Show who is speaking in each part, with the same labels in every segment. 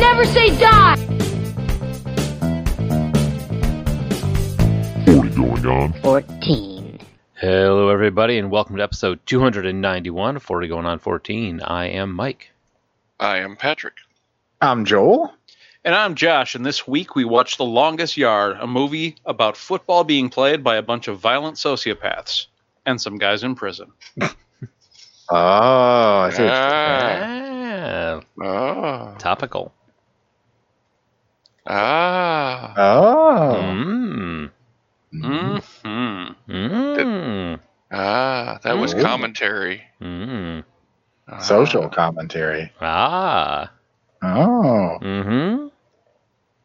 Speaker 1: never say die!
Speaker 2: 40 going on.
Speaker 3: 14.
Speaker 4: Hello, everybody, and welcome to episode 291 of 40 Going On 14. I am Mike.
Speaker 5: I am Patrick.
Speaker 6: I'm Joel.
Speaker 5: And I'm Josh, and this week we watched The Longest Yard, a movie about football being played by a bunch of violent sociopaths and some guys in prison.
Speaker 6: Oh, I see. what you-
Speaker 5: Ah,
Speaker 4: Ah,
Speaker 5: ah,
Speaker 4: topical.
Speaker 5: ah.
Speaker 6: Oh,
Speaker 4: Mmm.
Speaker 5: Mm-hmm.
Speaker 4: Mmm.
Speaker 7: Ah, that was
Speaker 6: Ooh.
Speaker 7: commentary.
Speaker 4: Mmm.
Speaker 7: Ah.
Speaker 6: social commentary.
Speaker 4: Ah.
Speaker 6: Oh,
Speaker 4: Mm-hmm.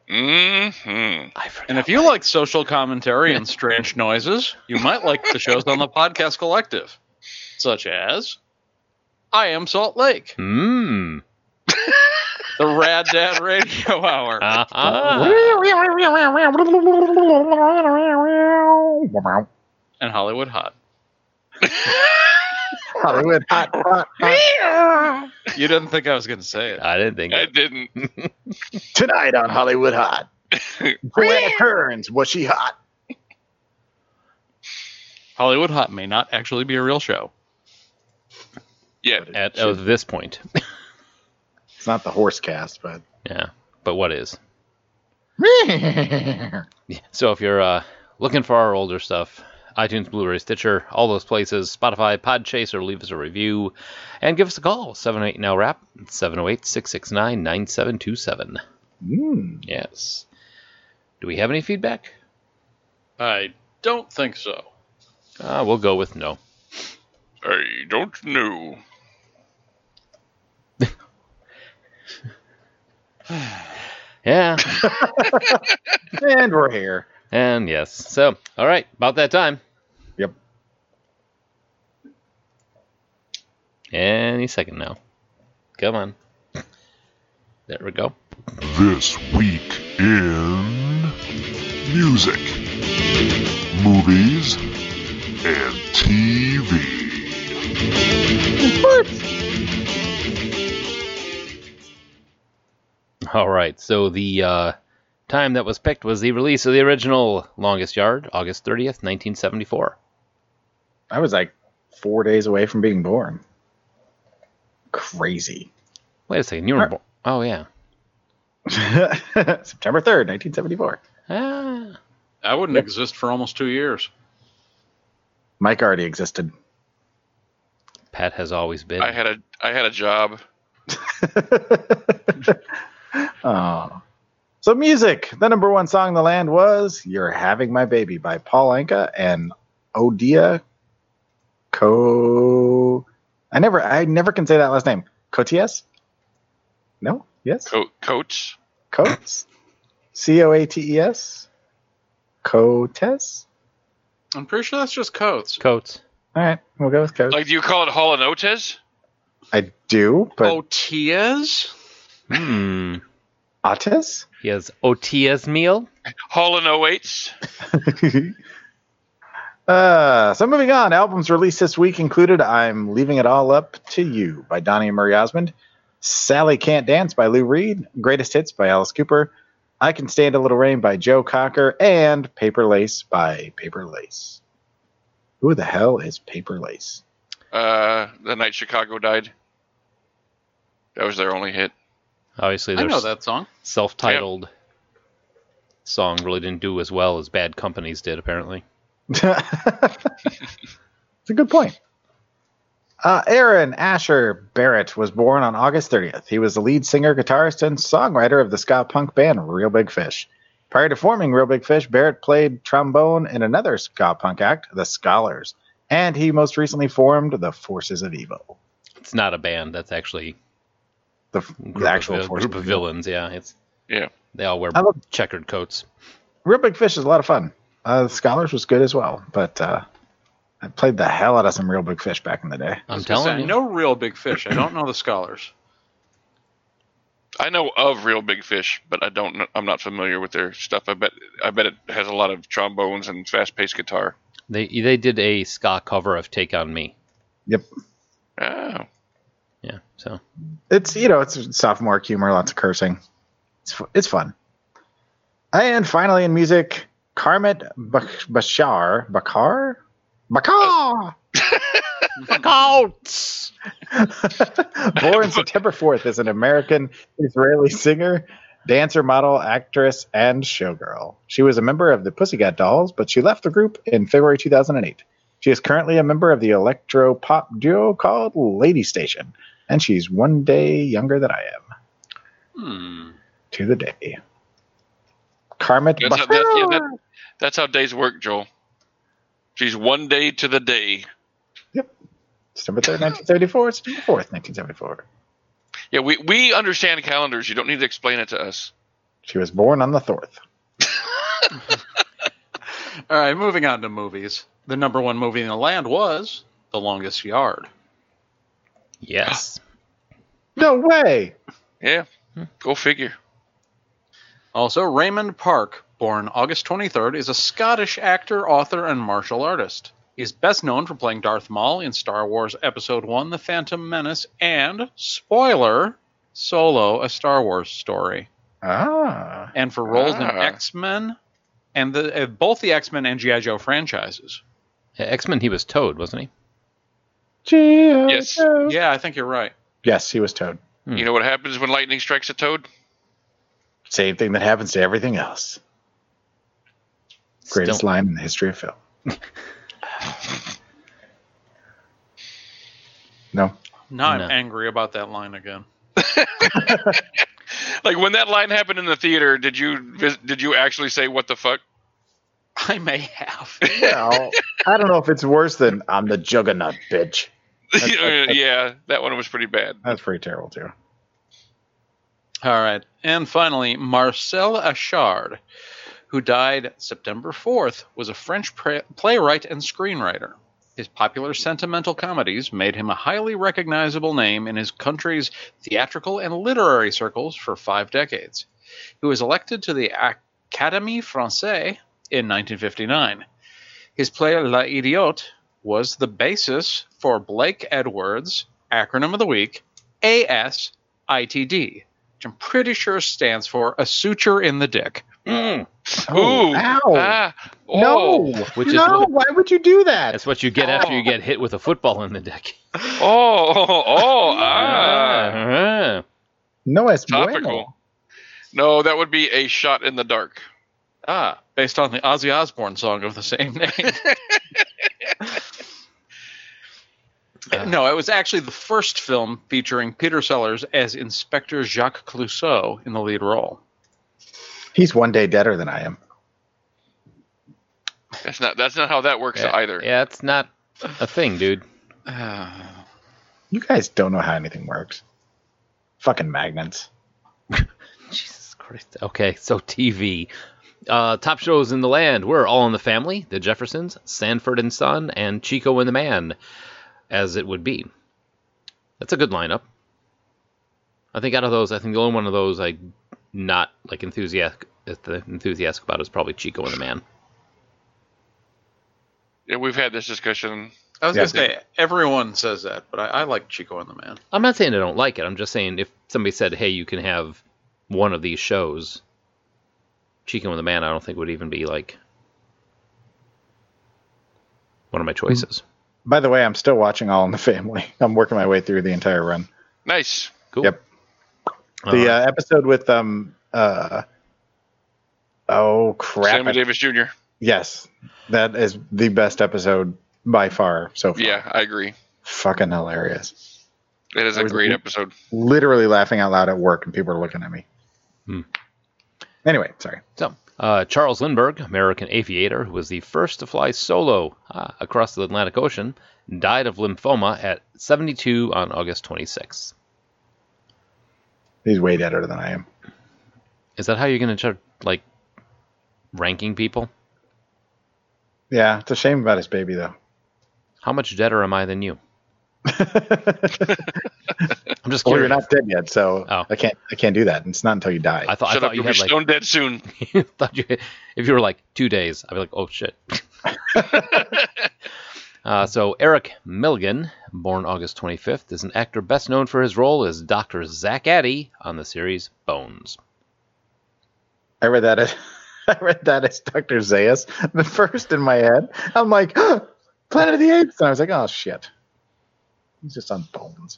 Speaker 7: Mhm.
Speaker 4: I forgot.
Speaker 5: And if you like social commentary and strange noises, you might like the shows on the Podcast Collective, such as I Am Salt Lake,
Speaker 4: Mmm.
Speaker 5: the Rad Dad Radio Hour,
Speaker 4: Ah.
Speaker 5: and Hollywood Hot.
Speaker 6: Hollywood hot, hot, hot.
Speaker 5: You didn't think I was going to say it.
Speaker 4: I didn't think.
Speaker 7: I didn't.
Speaker 6: tonight on Hollywood Hot. Joanna Kearns, was she hot?
Speaker 5: Hollywood Hot may not actually be a real show.
Speaker 7: Yeah.
Speaker 4: At oh, this point.
Speaker 6: It's not the horse cast, but
Speaker 4: Yeah. But what is?
Speaker 6: Hmm.
Speaker 4: So if you're uh, looking for our older stuff, iTunes, Blu-ray, Stitcher, all those places, Spotify, Podchaser, leave us a review, and give us a call, 708 now rap 708-669-9727.
Speaker 6: Mm.
Speaker 4: Yes. Do we have any feedback?
Speaker 5: I don't think so.
Speaker 4: Uh, we'll go with no.
Speaker 7: I don't know.
Speaker 4: Yeah,
Speaker 6: and we're here.
Speaker 4: and yes. So, all right, about that time.
Speaker 6: Yep.
Speaker 4: Any second now. Come on. There we go.
Speaker 2: This week in music, movies, and TV.
Speaker 4: All right. So the uh, time that was picked was the release of the original Longest Yard, August 30th, 1974.
Speaker 6: I was like four days away from being born. Crazy.
Speaker 4: Wait a second. You were
Speaker 6: Right.
Speaker 4: born. Oh, yeah.
Speaker 6: September 3rd, 1974.
Speaker 4: Ah.
Speaker 5: I wouldn't exist for almost two years.
Speaker 6: Mike already existed.
Speaker 4: Pat has always been.
Speaker 7: I had a I had a job.
Speaker 6: oh. So, music. The number one song in the land was You're Having My Baby by Paul Anka and Odia Co. I never, I never can say that last name. Cotes? No? Yes?
Speaker 7: Co- coats.
Speaker 6: Coates? C O A T E S? Cotes?
Speaker 5: I'm pretty sure that's just Coates.
Speaker 4: Coats.
Speaker 6: All right, we'll go with Coates.
Speaker 7: Like, do you call it Holanotes?
Speaker 6: I do, but
Speaker 5: Coates?
Speaker 4: Hmm.
Speaker 6: Otis?
Speaker 4: He has Otia's meal.
Speaker 7: Holanoates?
Speaker 6: uh, so moving on, albums released this week included "I'm Leaving It All Up to You" by Donnie and Murray Osmond, "Sally Can't Dance" by Lou Reed, "Greatest Hits" by Alice Cooper, "I Can Stand a Little Rain" by Joe Cocker, and "Paper Lace" by Paper Lace. Who the hell is Paper Lace?
Speaker 7: Uh, the night Chicago died. That was their only hit.
Speaker 4: Obviously,
Speaker 5: I
Speaker 4: their
Speaker 5: know that song.
Speaker 4: self-titled song really didn't do as well as Bad Companies did, apparently.
Speaker 6: It's a good point. Uh, Aaron Asher Barrett was born on August 30th. He was the lead singer, guitarist, and songwriter of the ska punk band Real Big Fish. Prior to forming Real Big Fish, Barrett played trombone in another ska punk act, The Scholars, and he most recently formed The Forces of Evil.
Speaker 4: It's not a band. That's actually
Speaker 6: The, f-
Speaker 4: a
Speaker 6: the
Speaker 4: group
Speaker 6: actual
Speaker 4: of, vil-
Speaker 6: Forces
Speaker 4: group of villains. Yeah, it's
Speaker 7: Yeah.
Speaker 4: they all wear
Speaker 6: I love-
Speaker 4: checkered coats.
Speaker 6: Real Big Fish is a lot of fun. Uh, the Scholars was good as well, but uh, I played the hell out of some Real Big Fish back in the day.
Speaker 4: I'm
Speaker 5: I
Speaker 4: telling you.
Speaker 5: know real big fish. I don't know the scholars.
Speaker 7: I know of Real Big Fish, but I don't. kn- I'm not familiar with their stuff. I bet. I bet it has a lot of trombones and fast-paced guitar.
Speaker 4: They they did a ska cover of "Take on Me."
Speaker 6: Yep.
Speaker 7: Oh,
Speaker 4: Yeah. So
Speaker 6: it's you know it's sophomore humor, lots of cursing. It's, fu- it's fun. And finally, in music, Karmat Bak- Bashar. Bakar? Bakar!
Speaker 4: Cults!
Speaker 6: Born September 4th is an American Israeli singer, dancer, model, actress, and showgirl. She was a member of the Pussycat Dolls, but she left the group in February 2008. She is currently a member of the electro pop duo called Lady Station, and she's one day younger than I am
Speaker 5: Hmm.
Speaker 6: to the day. Karmat
Speaker 7: That's not- that- yeah,
Speaker 6: Bahar.
Speaker 7: that- That's how days work, Joel. She's one day to the day.
Speaker 6: September 3rd, 1974, September 4th, 1974.
Speaker 7: Yeah, we, we understand calendars. You don't need to explain it to us.
Speaker 6: She was born on the 4th.
Speaker 5: All right, moving on to movies. The number one movie in the land was The Longest Yard.
Speaker 4: Yes.
Speaker 6: No way!
Speaker 7: Yeah, go figure.
Speaker 5: Also, Raymond Park, born August 23rd, is a Scottish actor, author, and martial artist. He is best known for playing Darth Maul in Star Wars Episode 1 The Phantom Menace and, spoiler, Solo, a Star Wars story.
Speaker 6: Ah.
Speaker 5: And for roles in
Speaker 7: Ah.
Speaker 5: X Men and the, uh, both the X Men and G.I. Joe franchises.
Speaker 4: X Men, he was Toad, wasn't he?
Speaker 7: Yes.
Speaker 6: G.I. Joe.
Speaker 5: Yeah, I think you're right.
Speaker 6: Yes, he was Toad.
Speaker 7: You know what happens when lightning strikes a toad?
Speaker 6: Same thing that happens to everything else. Greatest
Speaker 4: Still-
Speaker 6: line in the history of film. no.
Speaker 5: Now
Speaker 4: No.
Speaker 5: I'm angry about that line again.
Speaker 7: Like when that line happened in the theater, did you vis- did you actually say what the fuck?
Speaker 5: I may have.
Speaker 6: Well, I don't know if it's worse than I'm the juggernaut, bitch.
Speaker 7: You know, yeah, that one was pretty bad.
Speaker 6: That's pretty terrible, too.
Speaker 5: All right. And finally, Marcel Achard, who died September 4th, was a French pra- playwright and screenwriter. His popular sentimental comedies made him a highly recognizable name in his country's theatrical and literary circles for five decades. He was elected to the Académie Française in 1959. His play La Idiote was the basis for Blake Edwards' acronym of the week, ASITD which I'm pretty sure stands for a suture in the dick.
Speaker 4: Mm.
Speaker 7: Ooh.
Speaker 6: Ow.
Speaker 7: Ah,
Speaker 6: no.
Speaker 7: oh,
Speaker 4: Which is
Speaker 6: no,
Speaker 4: what-
Speaker 6: why would you do that?
Speaker 4: That's what you get after you get hit with a football in the dick.
Speaker 7: oh, oh, oh,
Speaker 4: Uh,
Speaker 7: ah.
Speaker 4: Ah.
Speaker 6: No, es bueno.
Speaker 7: Topical. No, that would be a shot in the dark.
Speaker 5: Ah, based on the Ozzy Osbourne song of the same name. no, it was actually the first film featuring Peter Sellers as Inspector Jacques Clouseau in the lead role.
Speaker 6: He's one day deader than I am.
Speaker 7: That's not that's not how that works
Speaker 4: Yeah,
Speaker 7: either.
Speaker 4: Yeah, it's not a thing, dude.
Speaker 5: Ah,
Speaker 6: You guys don't know how anything works. Fucking magnets.
Speaker 4: Jesus Christ. Okay, so TV. Uh, top shows in the land were All in the Family, The Jeffersons, Sanford and Son, and Chico and the Man, as it would be. That's a good lineup. I think out of those, I think the only one of those I not like enthusiastic enthusiastic about is probably Chico and the Man.
Speaker 7: Yeah, we've had this discussion.
Speaker 5: I was
Speaker 6: Yeah.
Speaker 5: going to say, everyone says that, but I, I like Chico and the Man.
Speaker 4: I'm not saying I don't like it. I'm just saying if somebody said, "Hey, you can have one of these shows," Chico and the Man, I don't think would even be like one of my choices.
Speaker 6: By the way, I'm still watching All in the Family. I'm working my way through the entire run.
Speaker 7: Nice.
Speaker 4: Cool.
Speaker 6: Yep. The uh, episode with um uh oh crap!
Speaker 7: Sammy Davis Jr.
Speaker 6: Yes, that is the best episode by far so far.
Speaker 7: Yeah, I agree.
Speaker 6: fucking hilarious.
Speaker 7: It is
Speaker 6: I
Speaker 7: a
Speaker 6: was-
Speaker 7: great episode.
Speaker 6: Literally laughing out loud at work, and people are looking at me.
Speaker 4: Hmm.
Speaker 6: Anyway, sorry.
Speaker 4: So, uh, Charles Lindbergh, American aviator who was the first to fly solo ah, across the Atlantic Ocean, died of lymphoma at 72 on August 26th.
Speaker 6: He's way deader than I am.
Speaker 4: Is that how you're going to start like ranking people?
Speaker 6: Yeah, it's a shame about his baby though.
Speaker 4: How much deader am I than you? I'm just
Speaker 6: Well,
Speaker 4: curious.
Speaker 6: you're not dead yet, so
Speaker 4: Oh.
Speaker 6: I can't. I can't do that. It's not until you die.
Speaker 4: I thought I
Speaker 7: Shut
Speaker 4: thought
Speaker 7: up,
Speaker 4: you
Speaker 7: you'll be
Speaker 4: had like
Speaker 7: stone dead soon.
Speaker 4: thought you if you were like two days, I'd be like, oh shit. uh, so Eric Milligan, born August 25th, is an actor best known for his role as Dr. Zach Addy on the series Bones.
Speaker 6: I read that as I read that as Dr. Zayas, the first in my head. I'm like, Planet of the Apes. And I was like, oh shit. He's just on bones.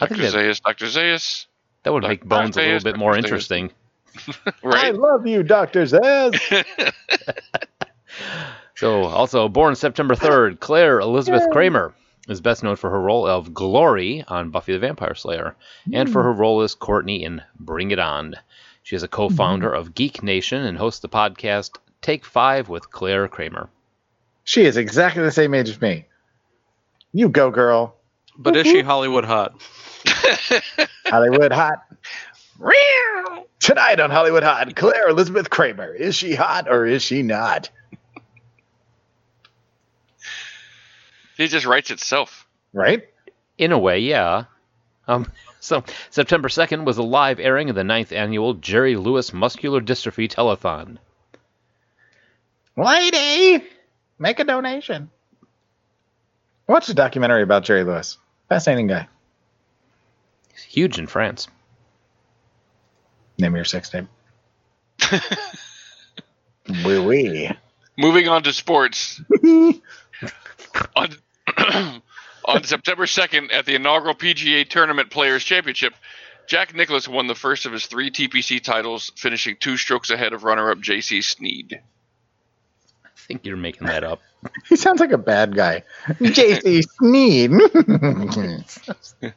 Speaker 4: I
Speaker 7: Dr.
Speaker 4: think that,
Speaker 7: Zayas, Dr. Zayas.
Speaker 4: that would
Speaker 7: Dr.
Speaker 4: make Bones a little
Speaker 7: Zayas,
Speaker 4: bit more
Speaker 7: Dr. Zayas.
Speaker 4: interesting.
Speaker 6: I
Speaker 7: Right.
Speaker 6: love you, Dr. Zayas.
Speaker 4: So, also born September 3rd, Claire Elizabeth Kramer is best known for her role of Glory on Buffy the Vampire Slayer and for her role as Courtney in Bring It On. She is a co founder of Geek Nation and hosts the podcast Take Five with Claire Kramer.
Speaker 6: She is exactly the same age as me. You go, girl.
Speaker 5: But is she Hollywood hot?
Speaker 6: Hollywood Hot. Tonight on Hollywood Hot, Claire Elizabeth Kramer. Is she hot or is she not?
Speaker 7: He just writes itself.
Speaker 6: Right?
Speaker 4: In a way, yeah. Um, so September 2nd was the live airing of the ninth annual Jerry Lewis Muscular Dystrophy Telethon.
Speaker 6: Lady, make a donation. Watch a documentary about Jerry Lewis. Fascinating guy.
Speaker 4: It's huge in France.
Speaker 6: Name your sex tape. Wee wee.
Speaker 7: Moving on to sports. on, on September 2nd, at the inaugural PGA Tournament Players Championship, Jack Nicklaus won the first of his three TPC titles, finishing two strokes ahead of runner-up J.C. Sneed.
Speaker 4: I think you're making that up.
Speaker 6: He sounds like a bad guy. JC Sneed.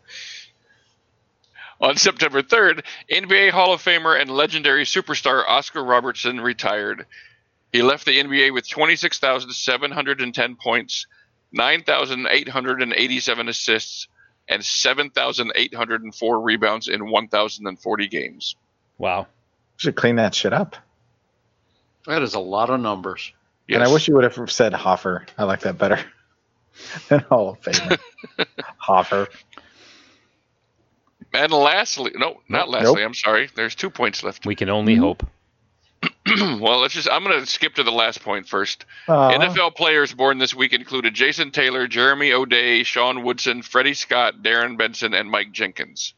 Speaker 7: On September 3rd, NBA Hall of Famer and legendary superstar Oscar Robertson retired. He left the NBA with 26,710 points, 9,887 assists, and 7,804 rebounds in 1,040 games.
Speaker 4: Wow.
Speaker 6: Should clean that shit up.
Speaker 5: That is a lot of numbers.
Speaker 6: And I
Speaker 7: Yes.
Speaker 6: wish you would have said Hoffer. I like that better than Hall of Fame. Hoffer.
Speaker 7: And lastly, no, not lastly. I'm sorry. There's two points left.
Speaker 4: We can only hope.
Speaker 7: well, let's just. I'm going to skip to the last point first.
Speaker 6: Aw.
Speaker 7: NFL players born this week included Jason Taylor, Jeremy O'Day, Sean Woodson, Freddie Scott, Darren Benson, and Mike Jenkins.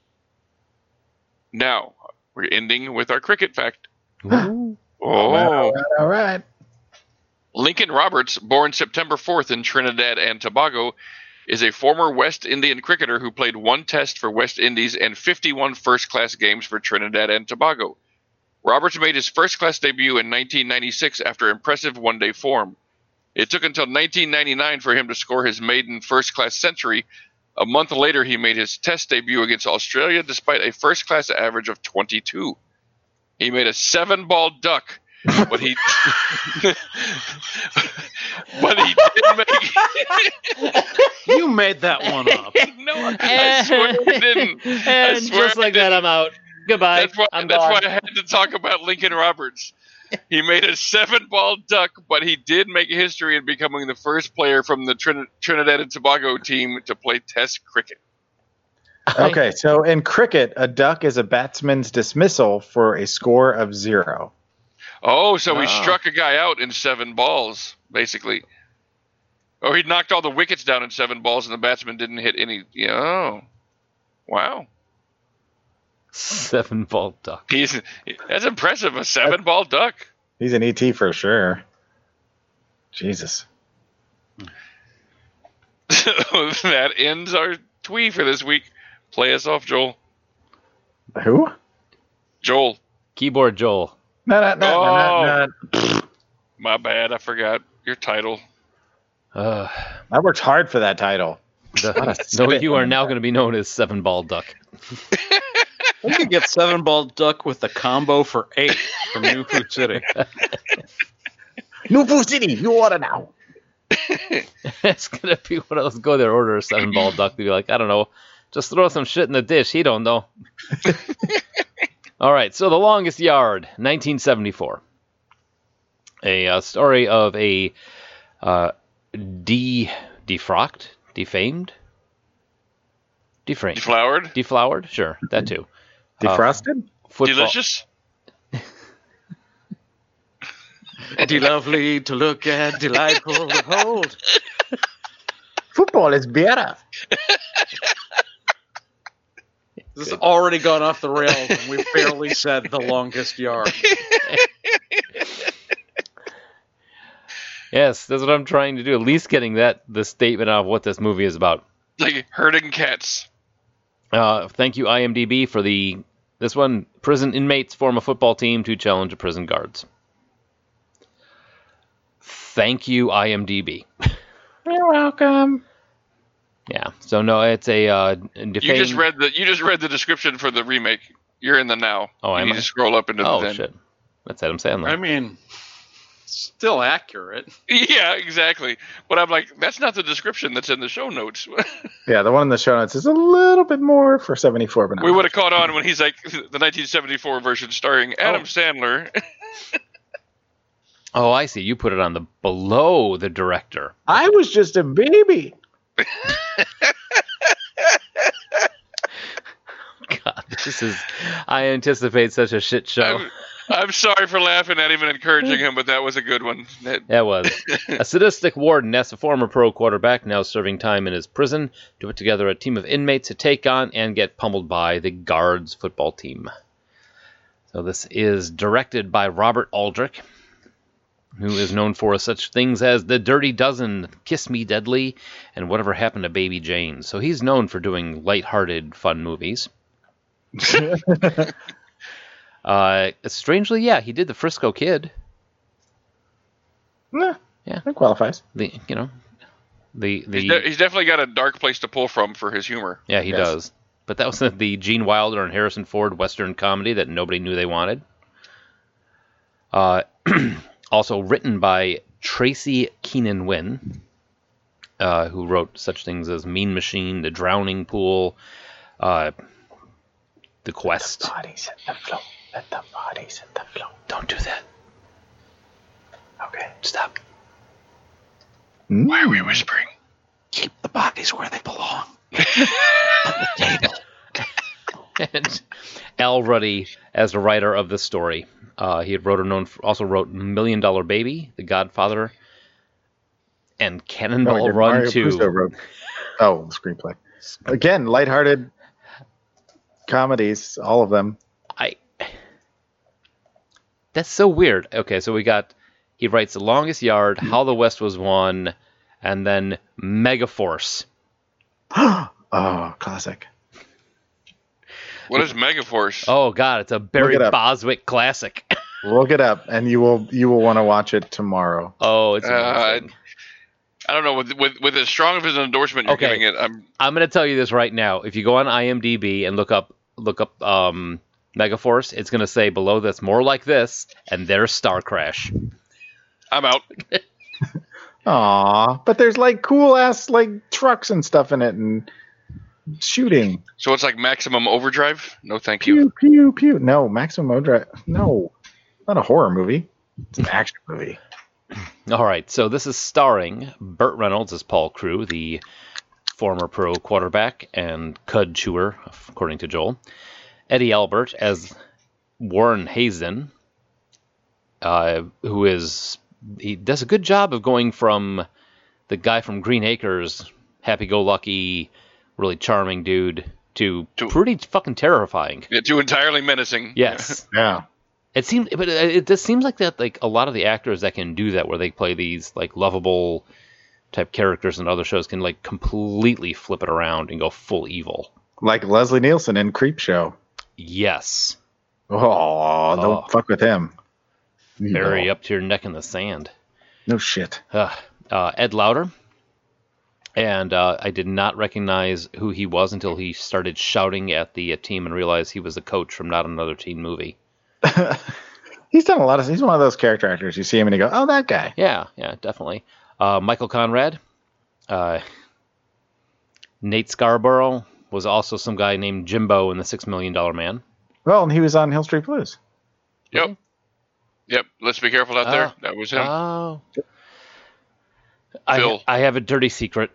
Speaker 7: Now we're ending with our cricket fact. Oh,
Speaker 6: All right, all right.
Speaker 7: Lincoln Roberts, born September 4th in Trinidad and Tobago, is a former West Indian cricketer who played one test for West Indies and 51 first class games for Trinidad and Tobago. Roberts made his first class debut in 1996 after impressive one day form. It took until 1999 for him to score his maiden first class century. A month later, he made his test debut against Australia despite a first class average of 22. He made a seven ball duck, but he. but he did make.
Speaker 5: You made that one up.
Speaker 7: no, I swear he didn't.
Speaker 4: And
Speaker 7: swear
Speaker 4: Eh. just like
Speaker 7: I
Speaker 4: that, I'm out. Goodbye.
Speaker 7: That's why,
Speaker 4: I'm
Speaker 7: that's
Speaker 4: gone.
Speaker 7: why I had to talk about Lincoln Roberts. He made a seven ball duck, but he did make history in becoming the first player from the Trin- Trinidad and Tobago team to play Test cricket.
Speaker 6: Okay, so in cricket, a duck is a batsman's dismissal for a score of zero.
Speaker 7: Oh, so he
Speaker 5: Ah.
Speaker 7: struck a guy out in seven balls, basically. Or he knocked all the wickets down in seven balls, and the batsman didn't hit any. Oh, wow.
Speaker 4: Seven ball duck.
Speaker 7: He's that's impressive. A seven ball duck.
Speaker 6: He's an ET for sure. Jesus.
Speaker 7: So that ends our twee for this week. Play us off, Joel.
Speaker 6: Who?
Speaker 7: Joel,
Speaker 4: Keyboard Joel.
Speaker 6: No, no, no, no, no, no.
Speaker 7: my bad. I forgot your title.
Speaker 4: Uh,
Speaker 6: I worked hard for that title.
Speaker 4: the, so you are now going to be known as Seven Ball Duck.
Speaker 5: We could get seven ball duck with the combo for eight from New Food City.
Speaker 6: New Food City, you order now.
Speaker 4: it's going to be one of those go there, order a seven ball duck. To be like, I don't know, just throw some shit in the dish. He don't know. All right, so the longest yard, 1974. A uh, story of a uh, de defrocked, defamed, deframed,
Speaker 7: Deflowered.
Speaker 4: deflowered. Sure, that too.
Speaker 6: Defrosted?
Speaker 4: Football.
Speaker 7: Delicious.
Speaker 5: De lovely to look at, delightful to hold.
Speaker 6: Football is better.
Speaker 5: This has already gone off the rails, and we barely said the longest yard.
Speaker 4: Yes, that's what I'm trying to do. At least getting that the statement of what this movie is about.
Speaker 7: Like herding cats.
Speaker 4: Uh, thank you, IMDb, for the this one. Prison inmates form a football team to challenge prison guards. Thank you, IMDb.
Speaker 6: You're welcome.
Speaker 4: Yeah. So no, it's a uh,
Speaker 7: You
Speaker 4: defame-
Speaker 7: just read the you just read the description for the remake. You're in the now.
Speaker 4: Oh,
Speaker 7: you
Speaker 4: am
Speaker 7: need
Speaker 4: I?
Speaker 7: to scroll up into
Speaker 4: Oh
Speaker 7: the then.
Speaker 4: shit, that's Adam Sandler.
Speaker 5: I mean, still accurate.
Speaker 7: Yeah, exactly. But I'm like, that's not the description that's in the show notes.
Speaker 6: Yeah, the one in the show notes is a little bit more for 74, but not
Speaker 7: we would have caught on when he's like the 1974 version starring Adam Sandler.
Speaker 4: oh, I see. You put it on the below the director.
Speaker 6: I was just a baby.
Speaker 4: God, this is. I anticipate such a shit show.
Speaker 7: I'm, I'm sorry for laughing at him and encouraging him, but that was a good one. That-
Speaker 4: That was. a sadistic warden asks a former pro quarterback, now serving time in his prison, to put together a team of inmates to take on and get pummeled by the guards football team. So this is directed by Robert Aldrich, who is known for such things as The Dirty Dozen, Kiss Me Deadly, and Whatever Happened to Baby Jane. So he's known for doing lighthearted, fun movies. uh, strangely, yeah, he did The Frisco Kid.
Speaker 6: Nah,
Speaker 4: Yeah.
Speaker 6: That qualifies.
Speaker 4: the you know the the
Speaker 7: he's, de- he's definitely got a dark place to pull from for his humor.
Speaker 4: yeah he
Speaker 6: Yes.
Speaker 4: does but that was the, the gene wilder and harrison ford western comedy that nobody knew they wanted uh, also written by tracy keenan wynn uh, who wrote such things as mean machine the drowning pool uh, the quest
Speaker 6: Bodies at the floor. Let the bodies at the floor.
Speaker 4: don't do that
Speaker 6: Okay.
Speaker 4: stop
Speaker 7: Why are we whispering?
Speaker 5: Keep the bodies where they belong.
Speaker 4: and Al Ruddy as the writer of this story. Uh, he had wrote or known also wrote Million Dollar Baby, The Godfather, and
Speaker 6: No, we
Speaker 4: Cannonball
Speaker 6: did.
Speaker 4: Run
Speaker 6: Mario Puzo
Speaker 4: Two.
Speaker 6: wrote- Oh, screenplay. Again, lighthearted comedies, all of them.
Speaker 4: I that's so weird. Okay, so we got he writes The Longest Yard, How the West Was Won, and then Megaforce.
Speaker 6: Oh, classic.
Speaker 7: What is Megaforce?
Speaker 4: Oh God, it's a Barry
Speaker 6: Look it up.
Speaker 4: Boswick classic.
Speaker 6: Look it up, and you will you will want to watch it tomorrow.
Speaker 4: oh, it's
Speaker 7: Uh,
Speaker 4: amazing.
Speaker 7: I don't know. With, with with as strong of an endorsement you're
Speaker 4: Okay.
Speaker 7: giving it, I'm
Speaker 4: I'm gonna tell you this right now. If you go on IMDb and look up look up um, Megaforce, it's gonna say below that's more like this, and there's Star Crash.
Speaker 7: I'm out.
Speaker 6: Aw, but there's like cool ass like trucks and stuff in it and shooting.
Speaker 7: So it's like maximum overdrive. No, thank you.
Speaker 6: Pew pew pew. No, Maximum Overdrive. No, not a horror movie. It's an action movie.
Speaker 4: All right, so this is starring Burt Reynolds as Paul Crew, the former pro quarterback and cud chewer, according to Joel. Eddie Albert as Warren Hazen, uh, who is he does a good job of going from the guy from Green Acres, happy-go-lucky, really charming dude, to,
Speaker 7: To-
Speaker 4: pretty fucking terrifying.
Speaker 7: Yeah, too entirely menacing.
Speaker 4: Yes.
Speaker 6: Yeah.
Speaker 4: It seems, but it it just seems like that. Like a lot of the actors that can do that, where they play these like lovable type characters in other shows, can like completely flip it around and go full evil.
Speaker 6: Like Leslie Nielsen in Creep Show.
Speaker 4: Yes,
Speaker 6: Oh, don't
Speaker 4: Oh.
Speaker 6: fuck with him.
Speaker 4: bury
Speaker 6: no.
Speaker 4: up to your neck in the sand.
Speaker 6: No shit.
Speaker 4: Ugh. Uh, Ed Lauder, and uh, I did not recognize who he was until he started shouting at the uh, team and realized he was the coach from not another teen movie.
Speaker 6: He's done a lot of. He's one of those character actors. You see him and you go, "Oh, that guy."
Speaker 4: Yeah, yeah, definitely. Uh, Michael Conrad, uh, Nate Scarborough was also some guy named Jimbo in the Six Million Dollar Man.
Speaker 6: Well, and he was on Hill Street Blues.
Speaker 7: Yep. Yep. Let's be careful out
Speaker 4: Uh,
Speaker 7: there. That was him.
Speaker 4: Oh, I,
Speaker 7: Phil.
Speaker 4: I have a dirty secret.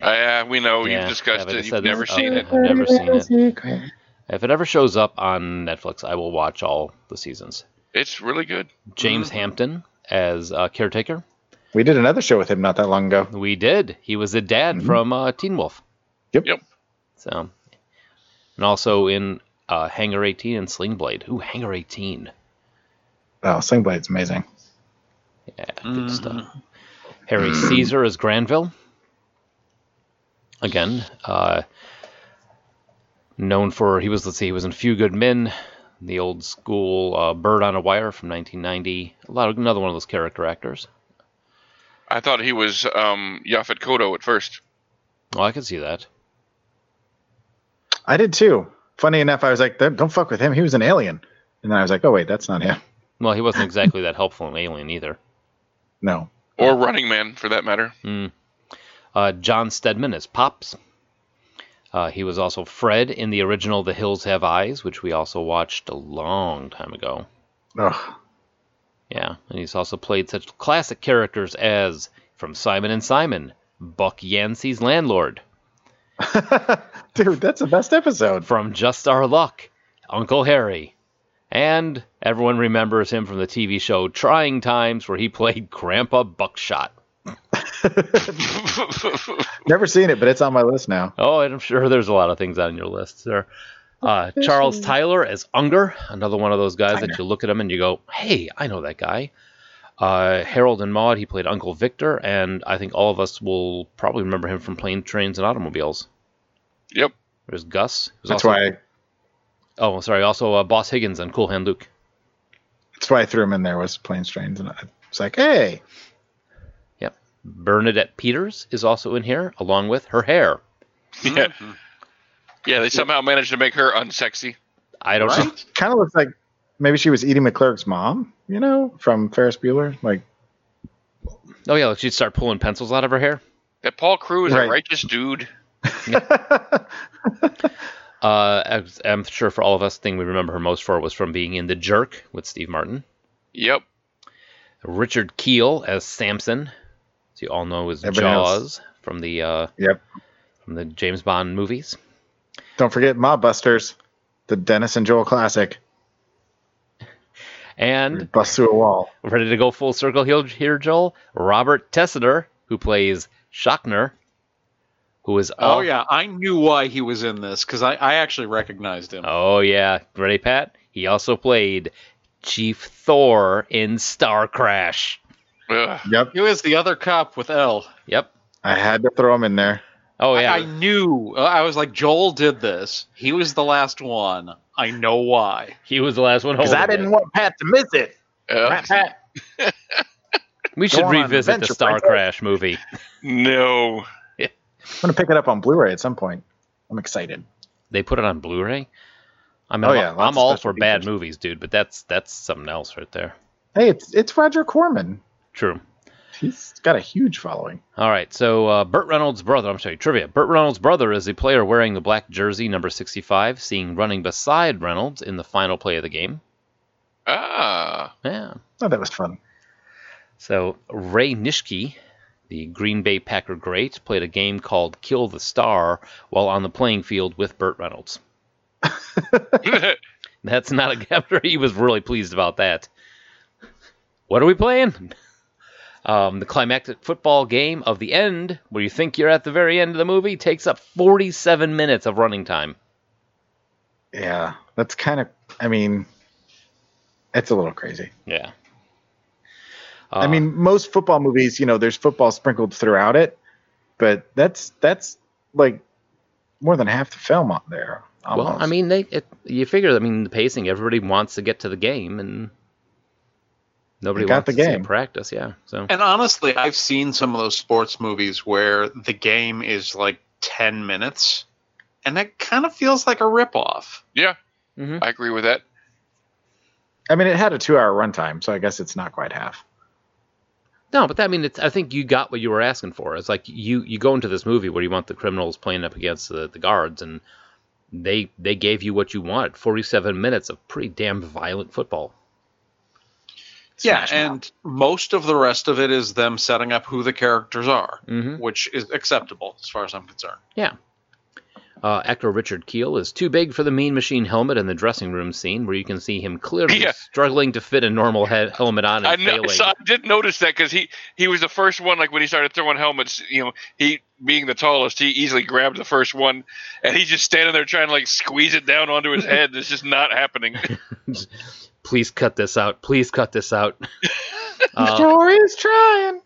Speaker 7: yeah, Ah, we know
Speaker 4: Yeah,
Speaker 7: you've discussed
Speaker 4: haven't
Speaker 7: it.
Speaker 4: said
Speaker 7: You've
Speaker 4: this.
Speaker 7: never
Speaker 4: Oh,
Speaker 7: seen it.
Speaker 4: I've never seen it. If it ever shows up on Netflix, I will watch all the seasons.
Speaker 7: It's really good.
Speaker 4: James
Speaker 7: Mm-hmm.
Speaker 4: Hampton as uh, caretaker.
Speaker 6: We did another show with him not that long ago.
Speaker 4: We did. He was the dad from uh, Teen Wolf.
Speaker 6: Yep.
Speaker 7: Yep.
Speaker 4: So, and also in uh, Hangar 18 and Sling Blade. Ooh, Hangar 18.
Speaker 6: Oh, Sling Blade's amazing.
Speaker 4: Yeah, good stuff. Harry Caesar as Granville. Again, uh, known for he was let's see he was in Few Good Men, the old school uh, Bird on a Wire from 1990. A lot of another one of those character actors.
Speaker 7: I thought he was um, Yaphet Kodo at first.
Speaker 4: Oh, I can see that.
Speaker 6: I did too. Funny enough, I was like, "Don't fuck with him. He was an alien." And then I was like, "Oh wait, that's not him."
Speaker 4: Well, he wasn't exactly that helpful in Alien either.
Speaker 6: No.
Speaker 7: Or Running Man, for that matter.
Speaker 4: Uh, John Stedman as Pops. Uh, he was also Fred in the original The Hills Have Eyes, which we also watched a long time ago.
Speaker 6: Ugh.
Speaker 4: Yeah, and he's also played such classic characters as from Simon and Simon, Buck Yancey's landlord,
Speaker 6: Dude, that's the best episode.
Speaker 4: from Just Our Luck, Uncle Harry, and everyone remembers him from the TV show Trying Times, where he played Grandpa Buckshot. Hmm.
Speaker 6: Never seen it, but it's on my list now.
Speaker 4: Oh, and I'm sure there's a lot of things on your list, sir. Uh, Charles Tyler as Unger, another one of those guys that you look at him and you go, "Hey, I know that guy." Uh, Harold and Maude, he played Uncle Victor, and I think all of us will probably remember him from Plane, Trains, and Automobiles.
Speaker 7: yep.
Speaker 4: There's Gus. who's
Speaker 6: That's
Speaker 4: also,
Speaker 6: why. I,
Speaker 4: Oh, sorry. Also, uh, Boss Higgins and Cool Hand Luke.
Speaker 6: that's why I threw him in there. Was planes, trains, and I was like, "Hey,
Speaker 4: Yep. Bernadette Peters is also in here, along with her hair.
Speaker 7: Yeah. Yeah, they somehow managed to make her unsexy.
Speaker 4: I don't know.
Speaker 6: kind of looks like maybe she was Edie McClurg's mom, you know, from Ferris Bueller." Like,
Speaker 4: Oh yeah, like she'd start pulling pencils out of her hair.
Speaker 7: That Paul Crew is
Speaker 6: Right.
Speaker 7: a righteous dude.
Speaker 4: Uh, as- I'm sure for all of us, the thing we remember her most for was from being in The Jerk with Steve Martin.
Speaker 7: Yep.
Speaker 4: Richard Keel as Samson, as you all know is
Speaker 6: Everybody else.
Speaker 4: Jaws from the uh,
Speaker 6: yep.
Speaker 4: from the James Bond movies,
Speaker 6: Don't forget Mob Busters, the Dennis and Joel classic.
Speaker 4: and
Speaker 6: Bust through a wall.
Speaker 4: ready to go full circle here, here Joel Robert Tessiter, who plays Shockner, who is
Speaker 5: Oh,
Speaker 4: al-
Speaker 5: yeah, I knew why he was in this because I, I actually recognized him.
Speaker 4: oh yeah ready Pat he also played Chief Thor in Star Crash
Speaker 7: Ugh.
Speaker 6: Yep.
Speaker 5: He was the other cop with L.
Speaker 4: yep
Speaker 6: I had to throw him in there.
Speaker 4: oh yeah
Speaker 5: I, I knew. Uh, I was like, Joel did this. He was the last one. I know why.
Speaker 4: he was the last one
Speaker 6: Because I
Speaker 4: holding
Speaker 6: didn't
Speaker 4: it.
Speaker 6: want Pat to miss it.
Speaker 7: Uh,
Speaker 6: Pat, Pat.
Speaker 4: we should
Speaker 6: go on an
Speaker 4: revisit the
Speaker 6: adventure,
Speaker 4: Star
Speaker 6: princess.
Speaker 4: Crash movie
Speaker 7: no.
Speaker 6: I'm going to pick it up on Blu ray at some point. I'm excited.
Speaker 4: they put it on Blu-ray. I mean,
Speaker 6: Oh,
Speaker 4: I'm-
Speaker 6: yeah, lots
Speaker 4: I'm
Speaker 6: of
Speaker 4: all for
Speaker 6: special
Speaker 4: bad
Speaker 6: features.
Speaker 4: movies, dude, but that's that's something else right there.
Speaker 6: Hey, it's it's Roger Corman.
Speaker 4: True.
Speaker 6: He's got a huge following.
Speaker 4: All right, so uh, Burt Reynolds' brother. I'm sorry, trivia. Burt Reynolds' brother is the player wearing the black jersey, number 65, seen running beside Reynolds in the final play of the game.
Speaker 7: Ah.
Speaker 4: Yeah.
Speaker 6: Oh, that was fun.
Speaker 4: So Ray Nishke, the Green Bay Packer great, played a game called Kill the Star while on the playing field with Burt Reynolds. That's not a after he was really pleased about that. What are we playing? Um, the climactic football game of the end, where you think you're at the very end of the movie, takes up 47 minutes of running time.
Speaker 6: Yeah. That's kind of, I mean, it's a little crazy.
Speaker 4: Yeah. Uh.
Speaker 6: I mean, most football movies, you know, there's football sprinkled throughout it, but that's, that's like more than half the film on there.
Speaker 4: Uh, Well,
Speaker 6: almost.
Speaker 4: I mean, they it, you figure. I mean, the pacing. Everybody wants to get to the game, and nobody
Speaker 6: They got
Speaker 4: wants
Speaker 6: the
Speaker 4: to see
Speaker 6: game.
Speaker 4: practice. Yeah. So
Speaker 5: And honestly, I've seen some of those sports movies where the game is like 10 minutes, and that kind of feels like a ripoff.
Speaker 7: yeah.
Speaker 4: Mhm.
Speaker 7: I agree with that.
Speaker 6: I mean, it had a two hour runtime, so I guess it's not quite half.
Speaker 4: no, but that, I mean, it's, I think you got what you were asking for. It's like you you go into this movie where you want the criminals playing up against the, the guards, and they they gave you what you wanted. Forty seven minutes of pretty damn violent football.
Speaker 5: Yeah,
Speaker 6: Smash
Speaker 5: and most of the rest of it is them setting up who the characters are,
Speaker 4: Mm-hmm.
Speaker 5: which is acceptable as far as I'm concerned.
Speaker 4: Yeah. Uh, actor Richard Keel is too big for the Mean Machine helmet in the dressing room scene, where you can see him clearly
Speaker 7: Yeah.
Speaker 4: struggling to fit a normal head, helmet on and
Speaker 7: I, know,
Speaker 4: failing.
Speaker 7: so I did notice that because he, he was the first one. Like when he started throwing helmets, you know, he being the tallest, he easily grabbed the first one, and he's just standing there trying to like squeeze it down onto his head. It's just not happening.
Speaker 4: please cut this out. Please cut this out. Uh,
Speaker 6: Jory's trying.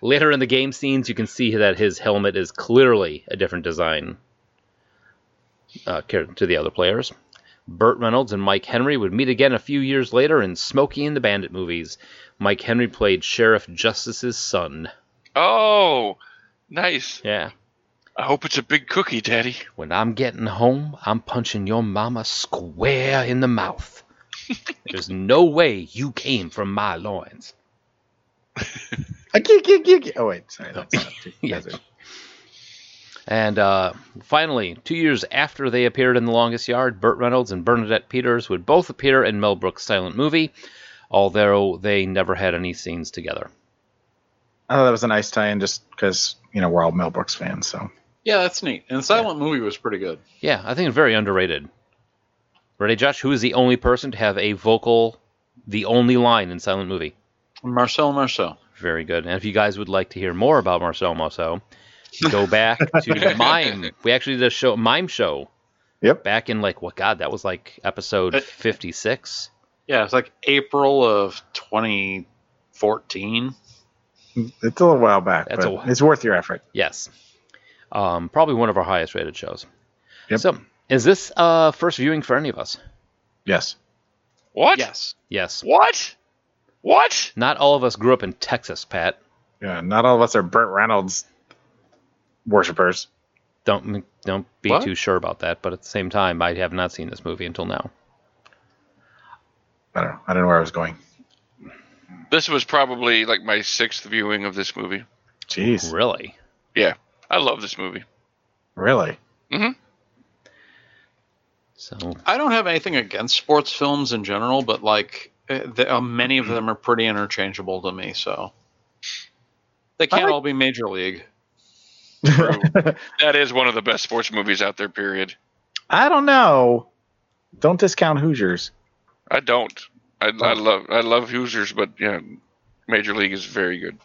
Speaker 4: later in the game scenes, you can see that his helmet is clearly a different design uh, care- to the other players. Burt Reynolds and Mike Henry would meet again a few years later in Smokey and the Bandit movies. Mike Henry played Sheriff Justice's son.
Speaker 7: Oh, nice.
Speaker 4: Yeah.
Speaker 7: I hope it's a big cookie, Daddy.
Speaker 4: When I'm getting home, I'm punching your mama square in the mouth. There's no way you came from my loins.
Speaker 6: A geek, geek, geek. Oh wait, sorry, that's not too
Speaker 4: Yeah.
Speaker 6: that's it.
Speaker 4: And uh, finally, two years after they appeared in The Longest Yard, Burt Reynolds and Bernadette Peters would both appear in Mel Brooks' silent movie, although they never had any scenes together.
Speaker 6: I thought that was a nice tie-in, just because you know we're all Mel Brooks fans. So
Speaker 5: Yeah, that's neat. And the silent movie was pretty good.
Speaker 4: Yeah, I think very underrated. Ready, Josh? Who is the only person to have a vocal, the only line in silent movie?
Speaker 5: Marcel Marceau.
Speaker 4: Very good. And if you guys would like to hear more about Marcel Marceau, go back to Mime. We actually did a show, Mime Show.
Speaker 6: Yep.
Speaker 4: Back in like, what, God, that was like episode
Speaker 5: Uh,
Speaker 4: 56.
Speaker 5: Yeah, it's like April of 2014.
Speaker 6: it's a little while back,
Speaker 4: That's a
Speaker 6: but
Speaker 4: while.
Speaker 6: it's worth your effort.
Speaker 4: Yes. Um, probably one of our highest rated shows.
Speaker 6: Yep.
Speaker 4: So, is this uh, first viewing for any of us?
Speaker 6: Yes.
Speaker 7: What?
Speaker 5: Yes.
Speaker 4: Yes.
Speaker 7: What? What?
Speaker 4: Not all of us grew up in Texas, Pat.
Speaker 6: Yeah. Not all of us are Burt Reynolds worshippers.
Speaker 4: Don't don't be
Speaker 5: What?
Speaker 4: too sure about that, but at the same time, I have not seen this movie until now.
Speaker 6: I don't. Know. I don't know where I was going.
Speaker 7: This was probably like my sixth viewing of this movie.
Speaker 6: Jeez.
Speaker 4: Really?
Speaker 7: Yeah, I love this movie.
Speaker 6: Really?
Speaker 4: So
Speaker 5: I don't have anything against sports films in general, but like uh, the, uh, many of them are pretty interchangeable to me, so they can't
Speaker 6: like-
Speaker 5: all be major league.
Speaker 7: That is one of the best sports movies out there. Period.
Speaker 6: I don't know. Don't discount Hoosiers.
Speaker 7: I don't. I,
Speaker 6: Oh.
Speaker 7: I love I love Hoosiers, but yeah, Major League is very good.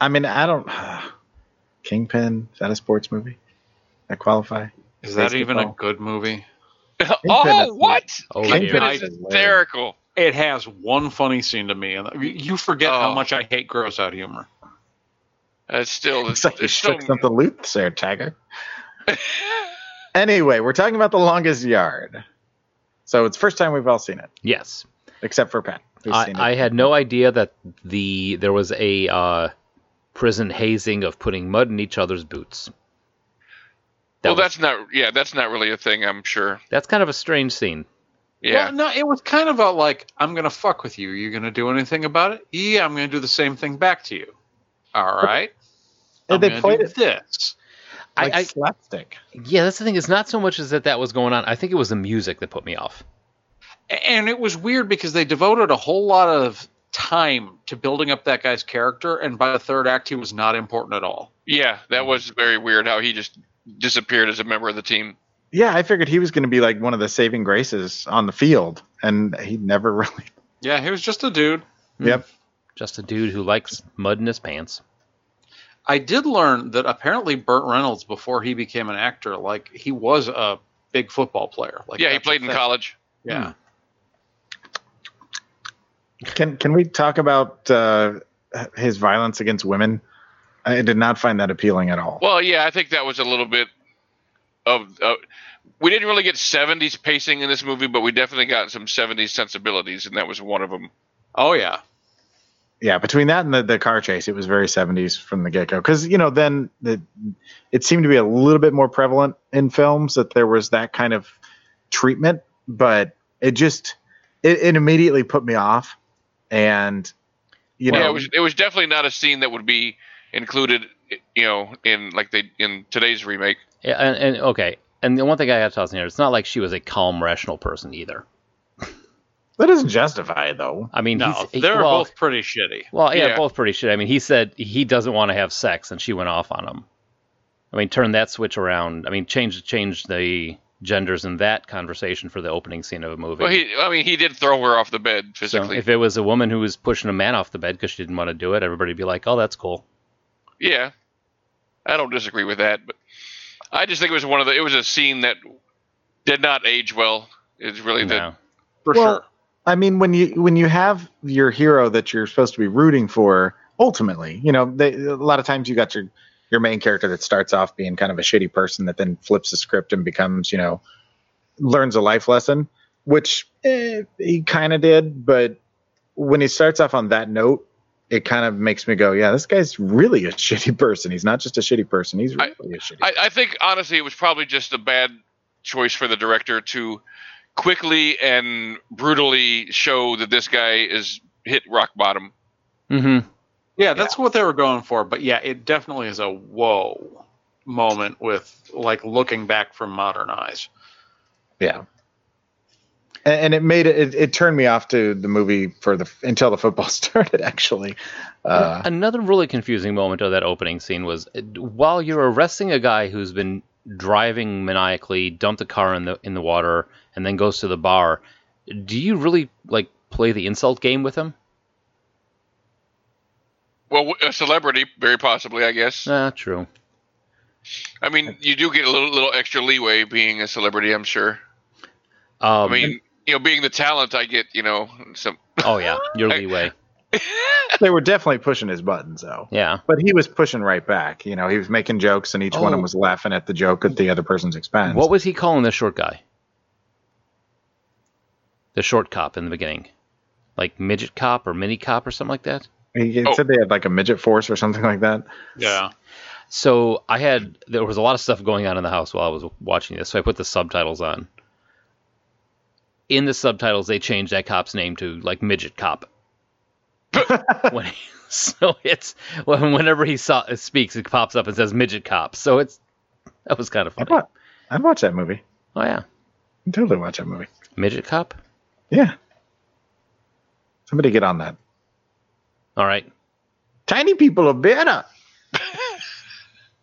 Speaker 6: I mean, I don't. Kingpin is that a sports movie? That qualify?
Speaker 5: Is that even a
Speaker 6: Basketball.
Speaker 5: good movie?
Speaker 7: oh, what?
Speaker 4: oh
Speaker 6: Kingpin
Speaker 4: dear.
Speaker 7: Kingpin
Speaker 5: I-
Speaker 7: is hysterical.
Speaker 5: It has one funny scene to me, and you- you forget how
Speaker 7: Oh.
Speaker 5: much I hate gross out humor.
Speaker 7: It's still it's,
Speaker 6: Looks like you
Speaker 7: it's still
Speaker 6: shook something loose there, Tiger. anyway, we're talking about the longest yard. So it's first time we've all seen it,
Speaker 4: yes,
Speaker 6: except for Pat. who's
Speaker 4: I,
Speaker 6: seen it.
Speaker 4: I had no idea that the there was a uh, prison hazing of putting mud in each other's boots. That
Speaker 7: well.
Speaker 4: was-
Speaker 7: That's not yeah. That's not really a thing. I'm sure.
Speaker 4: that's kind of a strange scene.
Speaker 7: Yeah.
Speaker 5: Well, no, it was kind of a like, I'm gonna fuck with you. You gonna do anything about it? Yeah, I'm gonna do the same thing back to you. All right.
Speaker 6: Yeah,
Speaker 5: I'm
Speaker 6: they
Speaker 5: gonna
Speaker 6: played
Speaker 5: do
Speaker 6: it-
Speaker 5: this.
Speaker 6: like
Speaker 4: I, I,
Speaker 6: slapstick.
Speaker 4: Yeah, that's the thing. It's not so much as that that was going on. I think it was the music that put me off.
Speaker 5: A- And it was weird because they devoted a whole lot of time to building up that guy's character, and by the third act, he was not important at all.
Speaker 7: Yeah. That was very weird. How he just disappeared as a member of the team.
Speaker 6: Yeah, I figured he was going to be like one of the saving graces on the field, and he never really.
Speaker 5: Yeah, he was just a dude.
Speaker 6: Yep.
Speaker 4: Just a dude who likes mud in his pants.
Speaker 5: I did learn that apparently Burt Reynolds, before he became an actor, like he was a big football player. Like
Speaker 7: yeah. He
Speaker 5: that's a
Speaker 7: played in
Speaker 5: thing.
Speaker 7: college.
Speaker 5: Yeah.
Speaker 6: Can Can we talk about uh, his violence against women? I did not find that appealing at all.
Speaker 7: Well, yeah. I think that was a little bit of. Uh, we didn't really get 70s pacing in this movie, but we definitely got some 70s sensibilities, and that was one of them.
Speaker 5: Oh yeah.
Speaker 6: yeah between that and the, the car chase it was very 70s from the get-go because you know then the, it seemed to be a little bit more prevalent in films that there was that kind of treatment but it just it, it immediately put me off and you
Speaker 7: yeah,
Speaker 6: know
Speaker 7: it was it was definitely not a scene that would be included, you know, in like they in today's remake.
Speaker 4: Yeah, and, and okay. And the one thing I got to toss in here, it's not like she was a calm, rational person either.
Speaker 6: that doesn't justify it though
Speaker 4: I mean,
Speaker 5: No,
Speaker 4: he's, he-
Speaker 5: they're
Speaker 4: well,
Speaker 5: both pretty shitty.
Speaker 4: Well, yeah,
Speaker 7: Yeah.
Speaker 4: both pretty shit. I mean, he said he doesn't want to have sex, and she went off on him. I mean, turn that switch around. I mean, change change the genders in that conversation for the opening scene of a movie.
Speaker 7: Well, he I mean he did throw her off the bed
Speaker 4: so
Speaker 7: physically.
Speaker 4: if it was a woman who was pushing a man off the bed because she didn't want to do it, everybody'd be like, "Oh, that's cool."
Speaker 7: yeah, I don't disagree with that, but I just think it was one of the it was a scene that did not age well. It's really the
Speaker 4: No.
Speaker 5: For
Speaker 6: Well,
Speaker 5: sure.
Speaker 6: I mean, when you when you have your hero that you're supposed to be rooting for, ultimately, you know, they, a lot of times you got your your main character that starts off being kind of a shitty person that then flips the script and becomes, you know, learns a life lesson, which eh, he kind of did. But when he starts off on that note, it kind of makes me go, yeah, this guy's really a shitty person. He's not just a shitty person. He's
Speaker 7: I-
Speaker 6: really a shitty.
Speaker 7: I, I think honestly, it was probably just a bad choice for the director to quickly and brutally show that this guy is hit rock bottom.
Speaker 4: Mm-hmm.
Speaker 5: Yeah, that's what they were going for. But yeah, it definitely is a whoa moment with like looking back from modern eyes.
Speaker 6: Yeah. And, and it made it, it, it turned me off to the movie for the until the football started. Actually, uh,
Speaker 4: Another really confusing moment of that opening scene was uh, while you're arresting a guy who's been driving maniacally, dumped a car in the in the water, and then goes to the bar. Do you really like play the insult game with him?
Speaker 7: Well, a celebrity, very possibly, I guess.
Speaker 4: Ah, true.
Speaker 7: I mean, you do get a little, little extra leeway being a celebrity, I'm sure. I
Speaker 4: Um,
Speaker 7: mean, you know, being the talent, I get, you know, some.
Speaker 4: oh yeah, your leeway.
Speaker 6: they were definitely pushing his buttons though.
Speaker 4: Yeah.
Speaker 6: But he was pushing right back. You know, he was making jokes, and each one of them
Speaker 4: Oh.
Speaker 6: was laughing at the joke at the other person's expense.
Speaker 4: What was he calling the short guy? The short cop in the beginning, like midget cop or mini cop or something like that.
Speaker 6: he he
Speaker 7: Oh.
Speaker 6: said they had like a midget force or something like that.
Speaker 5: Yeah.
Speaker 4: So I had there was a lot of stuff going on in the house while I was watching this, so I put the subtitles on. In the subtitles, they changed that cop's name to like midget cop. when he, so it's when, whenever he saw, speaks, it pops up and says midget cop. So it's that was kind of
Speaker 6: I'd
Speaker 4: funny.
Speaker 6: watch, I'd watch that movie.
Speaker 4: Oh yeah,
Speaker 6: I'd totally watch that movie.
Speaker 4: midget cop.
Speaker 6: Yeah. Somebody get on that.
Speaker 4: All right,
Speaker 6: Tiny people are better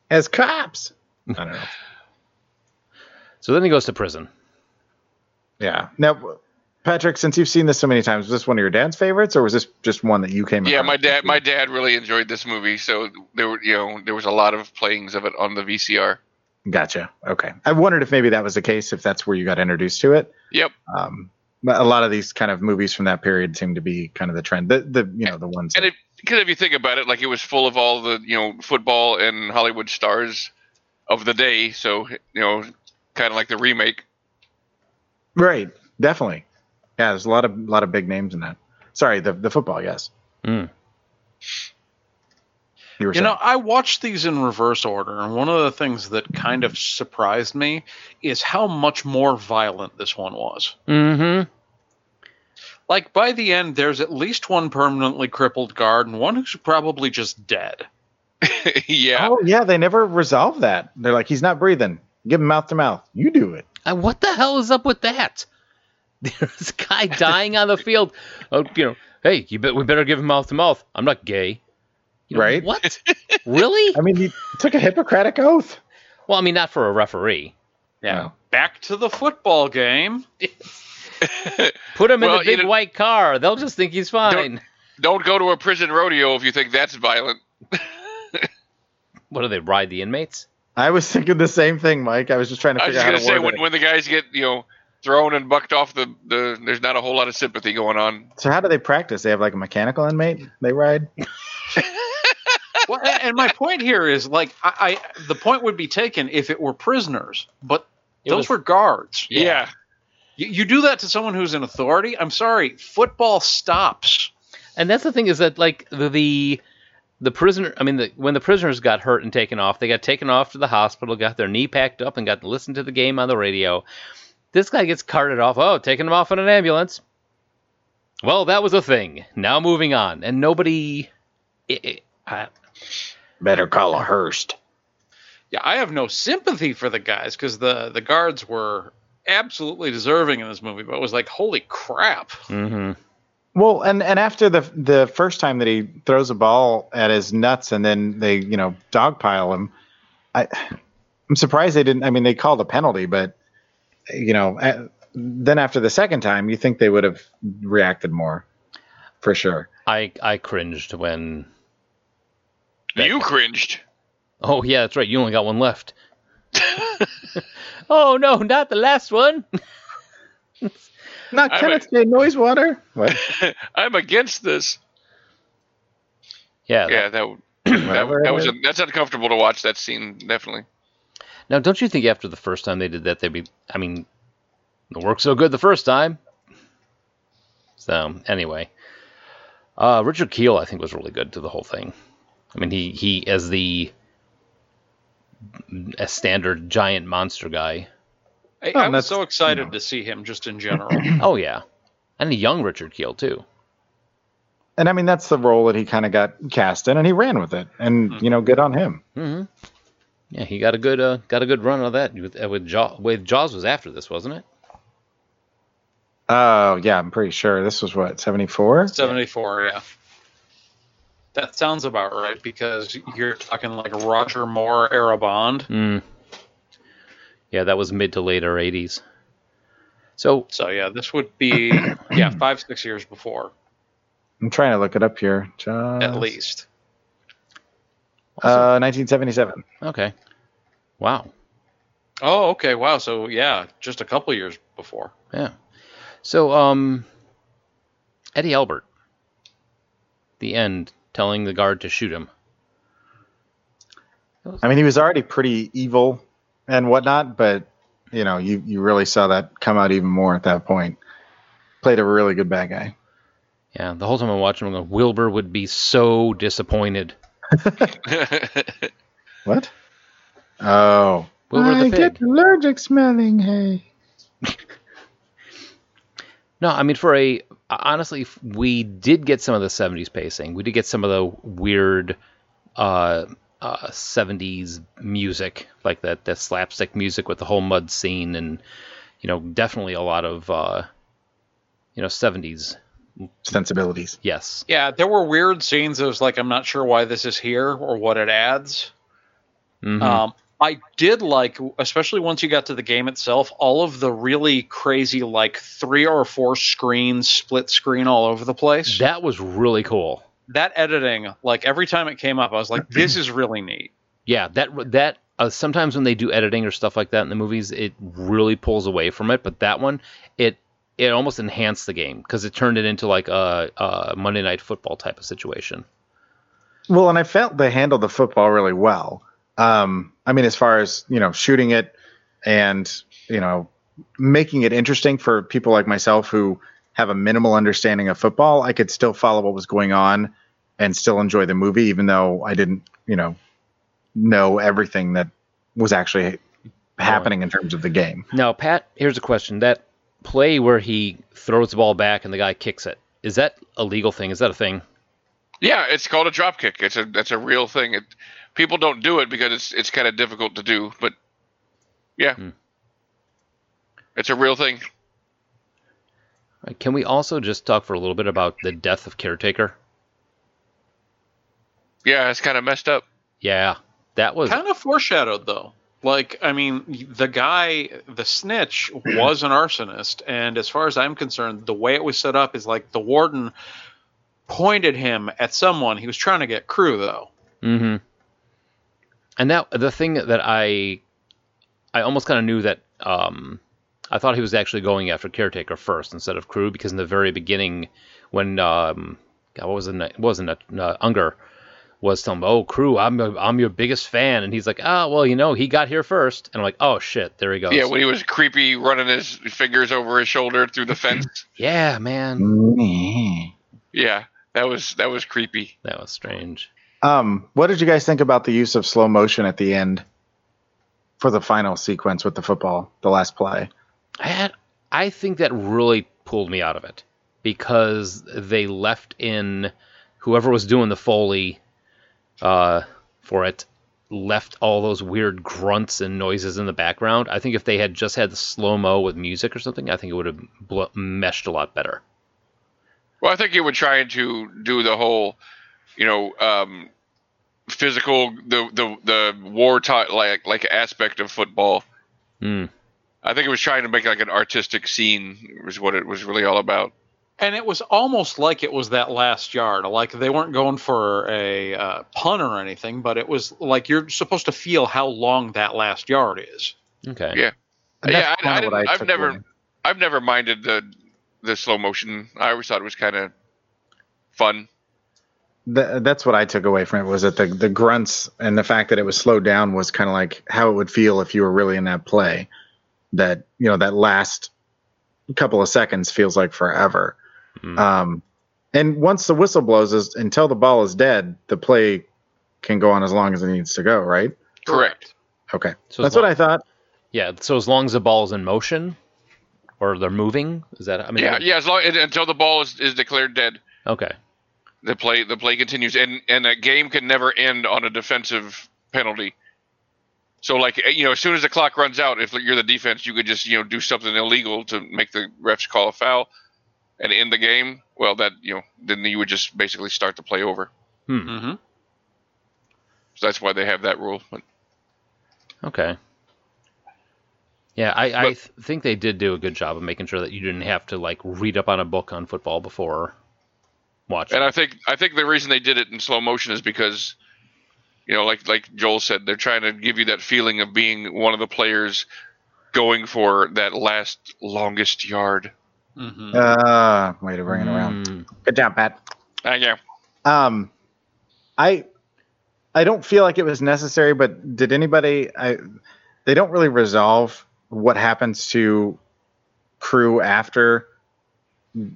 Speaker 6: as cops. I don't know.
Speaker 4: so then he goes to prison.
Speaker 6: Yeah. Now, Patrick, since you've seen this so many times, was this one of your dad's favorites, or was this just one that you came?
Speaker 7: Yeah,
Speaker 6: across?
Speaker 7: my dad, my dad really enjoyed this movie, so there were, you know, there was a lot of playings of it on the VCR.
Speaker 6: Gotcha. Okay. I wondered if maybe that was the case, if that's where you got introduced to it.
Speaker 7: Yep.
Speaker 6: Um, but a lot of these kind of movies from that period seem to be kind of the trend. The the you know the ones.
Speaker 7: And
Speaker 6: that-
Speaker 7: it, because if you think about it, like it was full of all the, you know, football and Hollywood stars of the day, so you know, kind of like the remake.
Speaker 6: right. Definitely. Yeah. There's a lot of lot of big names in that. Sorry. The the football. Yes.
Speaker 4: Mm.
Speaker 6: You were
Speaker 5: You
Speaker 6: saying.
Speaker 5: know, I watched these in reverse order, and one of the things that kind of surprised me is how much more violent this one was.
Speaker 4: Mm-hmm.
Speaker 5: Like by the end, there's at least one permanently crippled guard and one who's probably just dead.
Speaker 7: yeah,
Speaker 6: Oh yeah, they never resolve that. They're like, he's not breathing. Give him mouth to mouth. You do it.
Speaker 4: And Uh, what the hell is up with that? There's a guy dying on the field. Oh, you know, hey, you bet we better give him mouth to mouth. I'm not gay. You know,
Speaker 6: Right.
Speaker 4: What? really?
Speaker 6: I mean, he took a Hippocratic oath.
Speaker 4: Well, I mean, not for a referee.
Speaker 6: Yeah.
Speaker 5: Back to the football game.
Speaker 4: Put him in
Speaker 7: Well,
Speaker 4: the
Speaker 7: you
Speaker 4: big
Speaker 7: know-
Speaker 4: white car. They'll just think he's fine.
Speaker 7: don't go to a prison rodeo if you think that's violent.
Speaker 4: What do they ride the inmates?
Speaker 6: I was thinking the same thing, Mike. I was just trying to
Speaker 7: I was
Speaker 6: figure
Speaker 7: just
Speaker 6: out
Speaker 7: gonna say
Speaker 6: how to word
Speaker 7: when,
Speaker 6: it.
Speaker 7: when the guys get you know thrown and bucked off the, the there's not a whole lot of sympathy going on.
Speaker 6: So how do they practice? They have like a mechanical inmate they ride.
Speaker 5: well, a- and my point here is like I, I the point would be taken if it were prisoners, but
Speaker 4: It
Speaker 5: those
Speaker 4: was-
Speaker 5: were guards.
Speaker 7: Yeah,
Speaker 5: You, you do that to someone who's in authority. I'm sorry, football stops.
Speaker 4: And that's the thing is that like the the, the prisoner. I mean, the, when the prisoners got hurt and taken off, they got taken off to the hospital, got their knee packed up, and got to listen to the game on the radio. This guy gets carted off. Oh, taking him off in an ambulance. Well, that was a thing. Now moving on, and nobody. i i I,
Speaker 6: Better call a Hearst.
Speaker 5: Yeah, I have no sympathy for the guys because the the guards were absolutely deserving in this movie, but it was like, holy crap!
Speaker 4: hmm
Speaker 6: Well, and and after the the first time that he throws a ball at his nuts and then they you know dogpile him, I I'm surprised they didn't. I mean, they called a penalty, but you know, a- then after the second time, you think they would have reacted more, for sure.
Speaker 4: I I cringed when.
Speaker 7: you cringed.
Speaker 4: Oh yeah, that's right. You only got one left. oh no, not the last one.
Speaker 6: Not
Speaker 7: I
Speaker 6: Kenneth J. Noisewater. What?
Speaker 7: I'm against this.
Speaker 4: Yeah.
Speaker 7: Yeah, that that,
Speaker 6: Whatever
Speaker 7: that
Speaker 6: it
Speaker 7: was
Speaker 6: is.
Speaker 7: a, that's uncomfortable to watch that scene definitely.
Speaker 4: Now, don't you think after the first time they did that, they'd be? I mean, it worked so good the first time. So anyway, uh, Richard Keel I think was really good to the whole thing. I mean, he he as the a standard giant monster guy.
Speaker 5: I,
Speaker 6: Oh,
Speaker 5: I was
Speaker 6: that's-
Speaker 5: so excited to see him just in general.
Speaker 4: Oh yeah, and a young Richard Keel too.
Speaker 6: And I mean, that's the role that he kind of got cast in, and he ran with it. And you know, good on him.
Speaker 4: hmm Yeah, he got a good uh, got a good run out of that with, uh, with Jaws. With Jaws was after this, wasn't it?
Speaker 6: Oh yeah, I'm pretty sure this was what 74.
Speaker 5: 74, yeah. That sounds about right because you're talking like Roger Moore era Bond.
Speaker 4: Mm. Yeah, that was mid to later '80s. So
Speaker 5: So yeah, this would be yeah, 5 6 years before
Speaker 6: I'm trying to look it up here. Jaws,
Speaker 5: at least.
Speaker 6: Uh, 1977.
Speaker 4: Okay. Wow.
Speaker 5: Oh, okay. Wow. So yeah, just a couple years before.
Speaker 4: Yeah. So, um, Eddie Albert, the end, telling the guard to shoot him.
Speaker 6: I mean, he was already pretty evil and whatnot, but you know, you you really saw that come out even more at that point. Played a really good bad guy.
Speaker 4: Yeah. The whole time I'm watching, I'm going, Wilbur would be so disappointed.
Speaker 6: What? Oh,
Speaker 4: Wilbur the pig.
Speaker 6: allergic smelling hay.
Speaker 4: No, I mean, for a honestly, f- we did get some of the '70s pacing. We did get some of the weird uh, uh, '70s music, like that that slapstick music with the whole mud scene, and you know, definitely a lot of uh, you know '70s.
Speaker 6: Sensibilities.
Speaker 4: Yes,
Speaker 5: Yeah, there were weird scenes. It was like I'm not sure why this is here or what it adds.
Speaker 4: Mhm.
Speaker 5: Um, I did like, especially once you got to the game itself, all of the really crazy like three or four screens, split screen all over the place.
Speaker 4: that was really cool.
Speaker 5: that editing, like every time it came up, I was like, this is really neat.
Speaker 4: Yeah, that that uh, sometimes when they do editing or stuff like that in the movies, it really pulls away from it. But that one, it it almost enhanced the game because it turned it into like a, a Monday Night Football type of situation.
Speaker 6: Well, and I felt they handled the football really well. Um, I mean, as far as you know, shooting it and you know, making it interesting for people like myself who have a minimal understanding of football, I could still follow what was going on and still enjoy the movie, even though I didn't, you know, know everything that was actually happening in terms of the game.
Speaker 4: Now, Pat, here's a question: that play where he throws the ball back and the guy kicks it is that a legal thing? Is that a thing?
Speaker 7: yeah, it's called a drop kick. It's a that's a real thing. It, people don't do it because it's it's kind of difficult to do, but yeah, it's a real thing.
Speaker 4: Uh, Can we also just talk for a little bit about the death of Caretaker?
Speaker 7: Yeah, it's kind of messed up.
Speaker 4: Yeah, that was
Speaker 5: Kind of foreshadowed though. Like, I mean, the guy, the snitch, was an arsonist, and as far as I'm concerned, the way it was set up is like the warden pointed him at someone. He was trying to get crew though.
Speaker 4: hmm And that the thing that I, I almost kind of knew that um, I thought he was actually going after caretaker first instead of crew because in the very beginning, when um, God, what was the na- what was it uh, Unger was telling him, oh crew, I'm your- I'm your biggest fan, and he's like, ah, well you know he got here first, and I'm like, oh shit, there he goes.
Speaker 7: Yeah, when he was creepy, running his fingers over his shoulder through the fence.
Speaker 4: yeah, man,
Speaker 6: Um,
Speaker 7: yeah, that was that was creepy.
Speaker 4: that was strange.
Speaker 6: Um, what did you guys think about the use of slow motion at the end for the final sequence with the football, the last play?
Speaker 4: I had, I think that really pulled me out of it because they left in whoever was doing the foley uh, for it left all those weird grunts and noises in the background. I think if they had just had the slow mo with music or something, I think it would have bl- meshed a lot better.
Speaker 7: Well, I think you were trying to do the whole, you know, um, physical the the the war type like like aspect of football.
Speaker 4: Mm.
Speaker 7: I think it was trying to make like an artistic scene was what it was really all about.
Speaker 5: And it was almost like it was that last yard. Like they weren't going for a uh, pun or anything, but it was like you're supposed to feel how long that last yard is.
Speaker 4: Okay.
Speaker 7: Yeah.
Speaker 6: And that's
Speaker 7: yeah, I, I
Speaker 6: kinda what
Speaker 7: didn't-
Speaker 6: I
Speaker 7: I've
Speaker 6: took
Speaker 7: never
Speaker 6: away.
Speaker 7: I've never minded the the slow motion. I always thought it was kind of fun.
Speaker 6: Th- that's what I took away from it was that the, the grunts and the fact that it was slowed down was kind of like how it would feel if you were really in that play. That you know that last couple of seconds feels like forever.
Speaker 7: Mm-hmm.
Speaker 4: Mhm.
Speaker 6: Um, and once the whistle blows, is until the ball is dead, the play can go on as long as it needs to go. Right?
Speaker 7: Correct.
Speaker 6: Okay,
Speaker 4: So
Speaker 6: that's
Speaker 4: as
Speaker 6: what
Speaker 4: long-
Speaker 6: I thought.
Speaker 4: Yeah. So as long as the ball's in motion, or they're moving, is that? I mean,
Speaker 7: Yeah, yeah. As long until the ball is, is declared dead,
Speaker 4: Okay.
Speaker 7: the play the play continues, and and a game can never end on a defensive penalty. So like eh, you know, as soon as the clock runs out, if you're the defense, you could just you know do something illegal to make the refs call a foul and end the game. Well, that you know, then you would just basically start the play over.
Speaker 4: Hmm.
Speaker 5: Mm-hmm.
Speaker 7: So that's why they have that rule. But
Speaker 4: Okay. Yeah, I, I
Speaker 7: But-
Speaker 4: th- think they did do a good job of making sure that you didn't have to like read up on a book on football before watching.
Speaker 7: And I think I think the reason they did it in slow motion is because, you know, like like Joel said, they're trying to give you that feeling of being one of the players going for that last longest yard.
Speaker 5: Mm-hmm.
Speaker 6: Uh, way to bring it around.
Speaker 7: Mm-hmm.
Speaker 4: Mm.
Speaker 6: Good job, Pat.
Speaker 7: Uh, yeah,
Speaker 6: Um, I I don't feel like it was necessary, but did anybody? I they don't really resolve what happens to crew after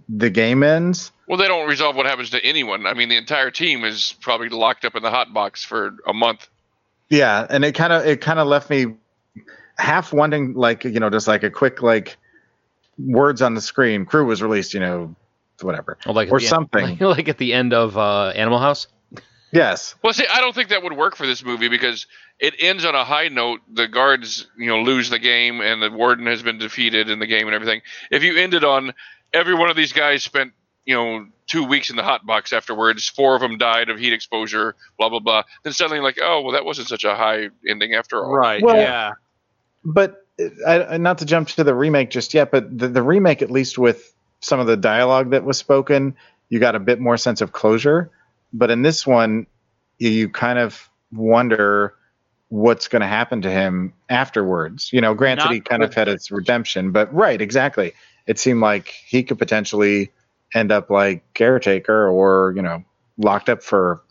Speaker 6: the game ends.
Speaker 7: Well, they don't resolve what happens to anyone. I mean, the entire team is probably locked up in the hot box for a month.
Speaker 6: Yeah, and it kind of it kind of left me half wanting, like you know, just like a quick like words on the screen. Crew was released, you know, whatever.
Speaker 4: Well, like at
Speaker 6: Or
Speaker 4: the end-
Speaker 6: something.
Speaker 4: like, at the end of uh, Animal House.
Speaker 6: Yes,
Speaker 7: Well, see, I don't think that would work for this movie because it ends on a high note. The guards, you know, lose the game, and the warden has been defeated in the game and everything. If you ended on every one of these guys spent, you know, two weeks in the hot box afterwards, four of them died of heat exposure, blah blah blah. Then suddenly, like, oh, well, that wasn't such a high ending after all.
Speaker 5: Right.
Speaker 6: Well-
Speaker 5: yeah.
Speaker 6: but uh, I, not to jump to the remake just yet, but the, the remake, at least with some of the dialogue that was spoken, you got a bit more sense of closure. But in this one, you, you kind of wonder what's going to happen to him afterwards. You know, granted,
Speaker 5: Not
Speaker 6: he kind of had his redemption, but right, exactly. It seemed like he could potentially end up like caretaker or, you know, locked up for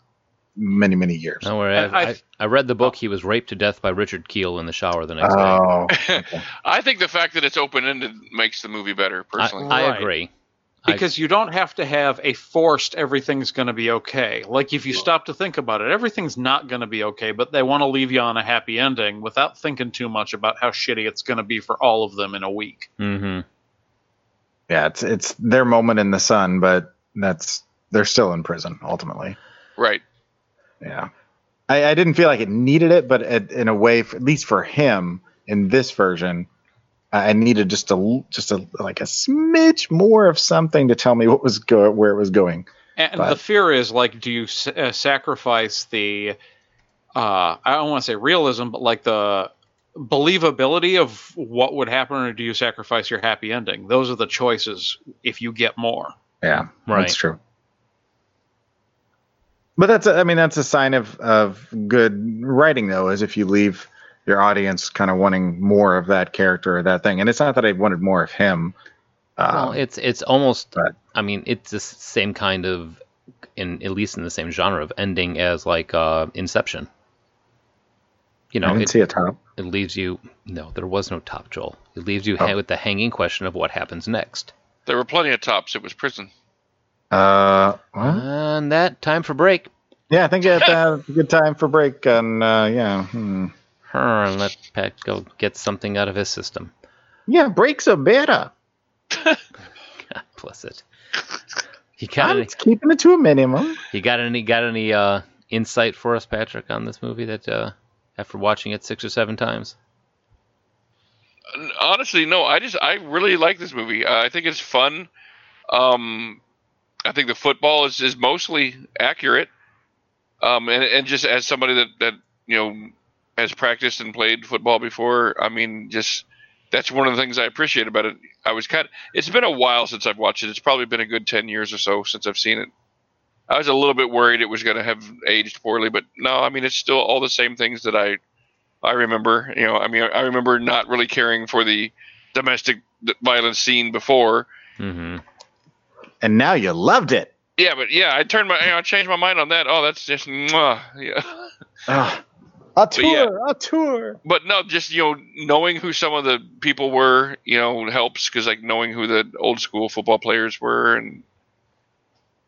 Speaker 6: many, many years.
Speaker 4: Don't worry,
Speaker 5: I-
Speaker 4: I,
Speaker 5: I-
Speaker 4: I, I read the book. He was raped to death by Richard Keel in the shower the next day.
Speaker 6: Oh,
Speaker 7: I think the fact that it's open ended makes the movie better, personally.
Speaker 4: I, I
Speaker 5: Right.
Speaker 4: agree. I-
Speaker 5: Because you don't have to have a forced everything's going to be okay. Like if you stop to think about it, everything's not going to be okay, but they want to leave you on a happy ending without thinking too much about how shitty it's going to be for all of them in a week.
Speaker 6: Um,
Speaker 4: Mm-hmm.
Speaker 6: yeah, it's it's their moment in the sun, but that's they're still in prison ultimately.
Speaker 7: right.
Speaker 6: Yeah, I, I didn't feel like it needed it, but it, in a way, f- at least for him in this version, I I needed just a l- just a like a smidge more of something to tell me what was go where it was going.
Speaker 5: And the
Speaker 6: But-
Speaker 5: fear is like, do you s- uh, sacrifice the, uh, I don't want to say realism, but like the believability of what would happen, or do you sacrifice your happy ending? Those are the choices if you get more.
Speaker 6: Yeah,
Speaker 4: Right.
Speaker 6: that's true. But that's a, I mean that's a sign of of good writing though, is if you leave your audience kind of wanting more of that character or that thing. And it's not that I wanted more of him.
Speaker 4: well,
Speaker 6: Um,
Speaker 4: it's it's almost.
Speaker 6: but-
Speaker 4: I mean, it's the s- same kind of, in at least in the same genre of ending as like uh, Inception. You
Speaker 6: I
Speaker 4: know,
Speaker 6: didn't
Speaker 4: it,
Speaker 6: see a top.
Speaker 4: it leaves you. No, there was no top, Joel. It leaves you
Speaker 6: Oh.
Speaker 4: ha- with the hanging question of what happens next.
Speaker 7: There were plenty of tops. It was prison.
Speaker 6: Uh, what?
Speaker 4: And that time for break.
Speaker 6: yeah, I think it's uh, a good time for break. And uh, yeah, hmm.
Speaker 4: Her and let Pat go get something out of his system.
Speaker 6: yeah, breaks are better.
Speaker 4: God bless it. He got
Speaker 6: I'm
Speaker 4: any,
Speaker 6: keeping it to a minimum.
Speaker 4: he got any got any uh, insight for us, Patrick, on this movie that uh, after watching it six or seven times.
Speaker 7: honestly no i just i really like this movie uh, i think it's fun um i think the football is, is mostly accurate um and, and just as somebody that that you know has practiced and played football before i mean just that's one of the things i appreciate about it i was kind it's been a while since i've watched it it's probably been a good 10 years or so since i've seen it i was a little bit worried it was going to have aged poorly but no i mean it's still all the same things that i I remember, you know, I mean, I remember not really caring for the domestic violence scene before,
Speaker 4: Mm-hmm.
Speaker 6: and now you loved it.
Speaker 7: Yeah, but yeah, I turned my I changed my mind on that. Oh, that's just mwah. yeah.
Speaker 6: Ugh. A tour,
Speaker 7: yeah.
Speaker 6: a tour.
Speaker 7: But no, just you know, knowing who some of the people were, you know, helps because like knowing who the old school football players were, and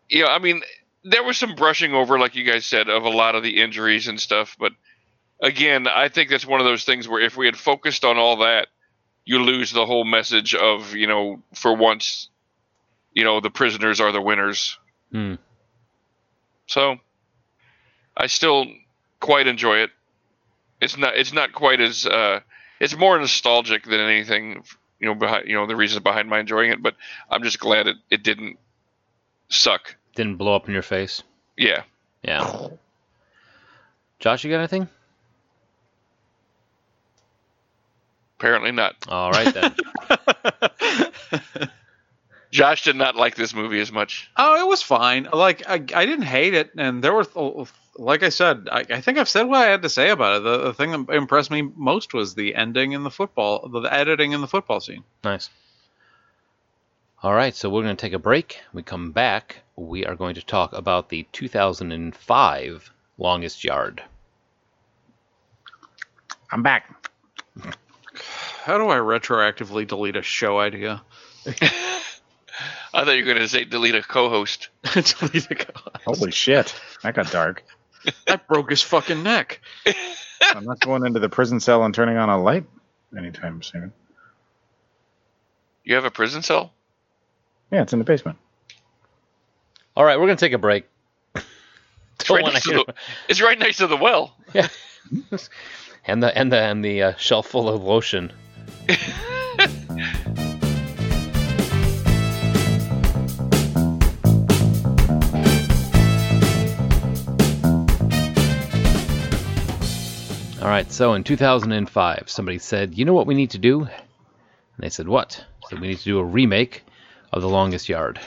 Speaker 7: yeah, I mean, there was some brushing over, like you guys said, of a lot of the injuries and stuff. But again, I think that's one of those things where if we had focused on all that, you lose the whole message of you know, for once, you know, the prisoners are the winners.
Speaker 4: Hmm.
Speaker 7: So I still quite enjoy it. It's not it's not quite as uh, it's more nostalgic than anything, you know, behind you know the reasons behind my enjoying it. But I'm just glad it, it didn't suck.
Speaker 4: Didn't blow up in your face.
Speaker 7: Yeah,
Speaker 4: Yeah. Josh, you got anything?
Speaker 7: apparently not.
Speaker 4: All right then.
Speaker 7: Josh did not like this movie as much.
Speaker 5: Oh, it was fine. Like I, I didn't hate it, and there were, th- like I said, I, I think I've said what I had to say about it. The, the thing that impressed me most was the ending in the football, the, the editing in the football scene.
Speaker 4: nice. All right, so we're going to take a break. When we come back. We are going to talk about the 2005 longest yard.
Speaker 6: I'm back.
Speaker 5: How do I retroactively delete a show idea?
Speaker 7: I thought you were going to say delete a co-host.
Speaker 5: delete a guy.
Speaker 6: Holy shit, that got dark.
Speaker 5: I broke his fucking neck.
Speaker 6: I'm not going into the prison cell and turning on a light anytime soon.
Speaker 7: You have a prison cell?
Speaker 6: Yeah, it's in the basement.
Speaker 4: All right, we're going to take a break.
Speaker 7: It's right,
Speaker 4: wanna
Speaker 7: next to
Speaker 4: hear-
Speaker 7: the, it's right next to the well.
Speaker 4: And the and the and the uh, shelf full of lotion. All right, so in 2005, somebody said, "You know what we need to do?" And they said, "What?" I said, "We need to do a remake of The Longest Yard."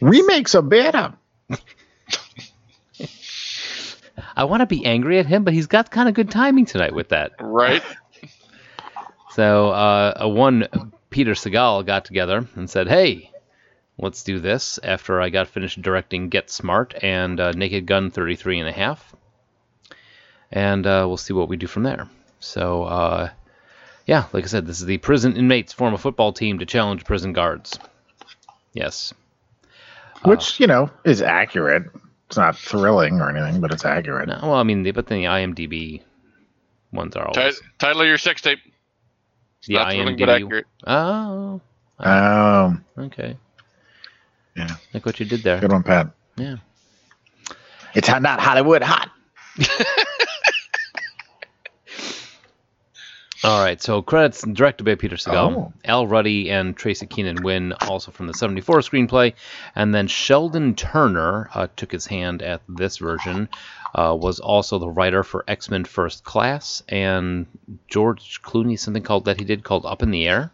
Speaker 6: Remakes are better.
Speaker 4: I want to be angry at him, but he's got kind of good timing tonight with that.
Speaker 7: Right.
Speaker 4: So uh, a one Peter Segal got together and said, "Hey, let's do this." After I got finished directing Get Smart and uh, Naked Gun 33 and a half, and uh, we'll see what we do from there. So uh, yeah, like I said, this is the prison inmates form a football team to challenge prison guards. Yes,
Speaker 6: Which, you know, is accurate. It's not thrilling or anything, but it's accurate.
Speaker 4: no, well, I mean, the- but then the IMDb ones are
Speaker 7: Ti-
Speaker 4: always
Speaker 7: title of your sex tape.
Speaker 4: the
Speaker 7: not thrilling, but accurate.
Speaker 4: Oh,
Speaker 6: Um,
Speaker 4: okay.
Speaker 6: Yeah.
Speaker 4: Look what you did there.
Speaker 6: good one, Pat.
Speaker 4: Yeah.
Speaker 6: It's hot- not Hollywood hot.
Speaker 4: All right, so credits directed by Peter Segal.
Speaker 6: Oh.
Speaker 4: Al Ruddy and Tracy Keenan Wynn, also from the 74 screenplay. And then Sheldon Turner uh, took his hand at this version, uh, was also the writer for X Men First Class and George Clooney, something called that he did called Up in the Air.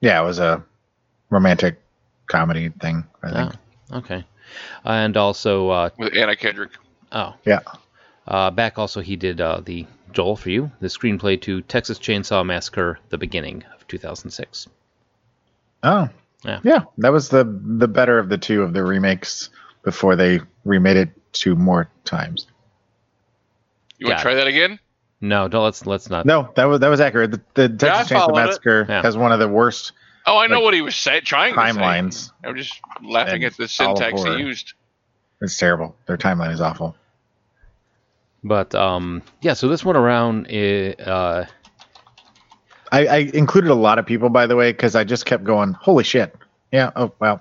Speaker 6: Yeah, it was a romantic comedy thing, I
Speaker 5: Oh.
Speaker 6: think.
Speaker 4: Okay. And also, uh,
Speaker 7: with Anna Kendrick.
Speaker 4: oh,
Speaker 6: Yeah.
Speaker 4: uh, back also he did uh, the Joel for you, the screenplay to Texas Chainsaw Massacre, The Beginning of 2006.
Speaker 6: Oh.
Speaker 4: Yeah.
Speaker 6: that was the the better of the two of the remakes before they remade it two more times.
Speaker 7: You
Speaker 4: Got
Speaker 7: want to try that again?
Speaker 4: No, don't, let's let's not.
Speaker 6: No, that was that was accurate. The, the
Speaker 5: Yeah, I
Speaker 6: Texas Chainsaw
Speaker 5: followed it.
Speaker 6: Massacre
Speaker 4: Yeah.
Speaker 6: has one of the worst
Speaker 7: Oh, I know
Speaker 6: Like,
Speaker 7: what he was say, trying to say.
Speaker 6: timelines.
Speaker 7: I'm just laughing
Speaker 6: And
Speaker 7: at the
Speaker 6: all
Speaker 7: syntax he
Speaker 6: horror.
Speaker 7: used.
Speaker 6: It's terrible. Their timeline is awful.
Speaker 4: But um, yeah, so this one around, i- uh,
Speaker 6: I, I included a lot of people, by the way, because I just kept going. Holy shit! Yeah. Oh well.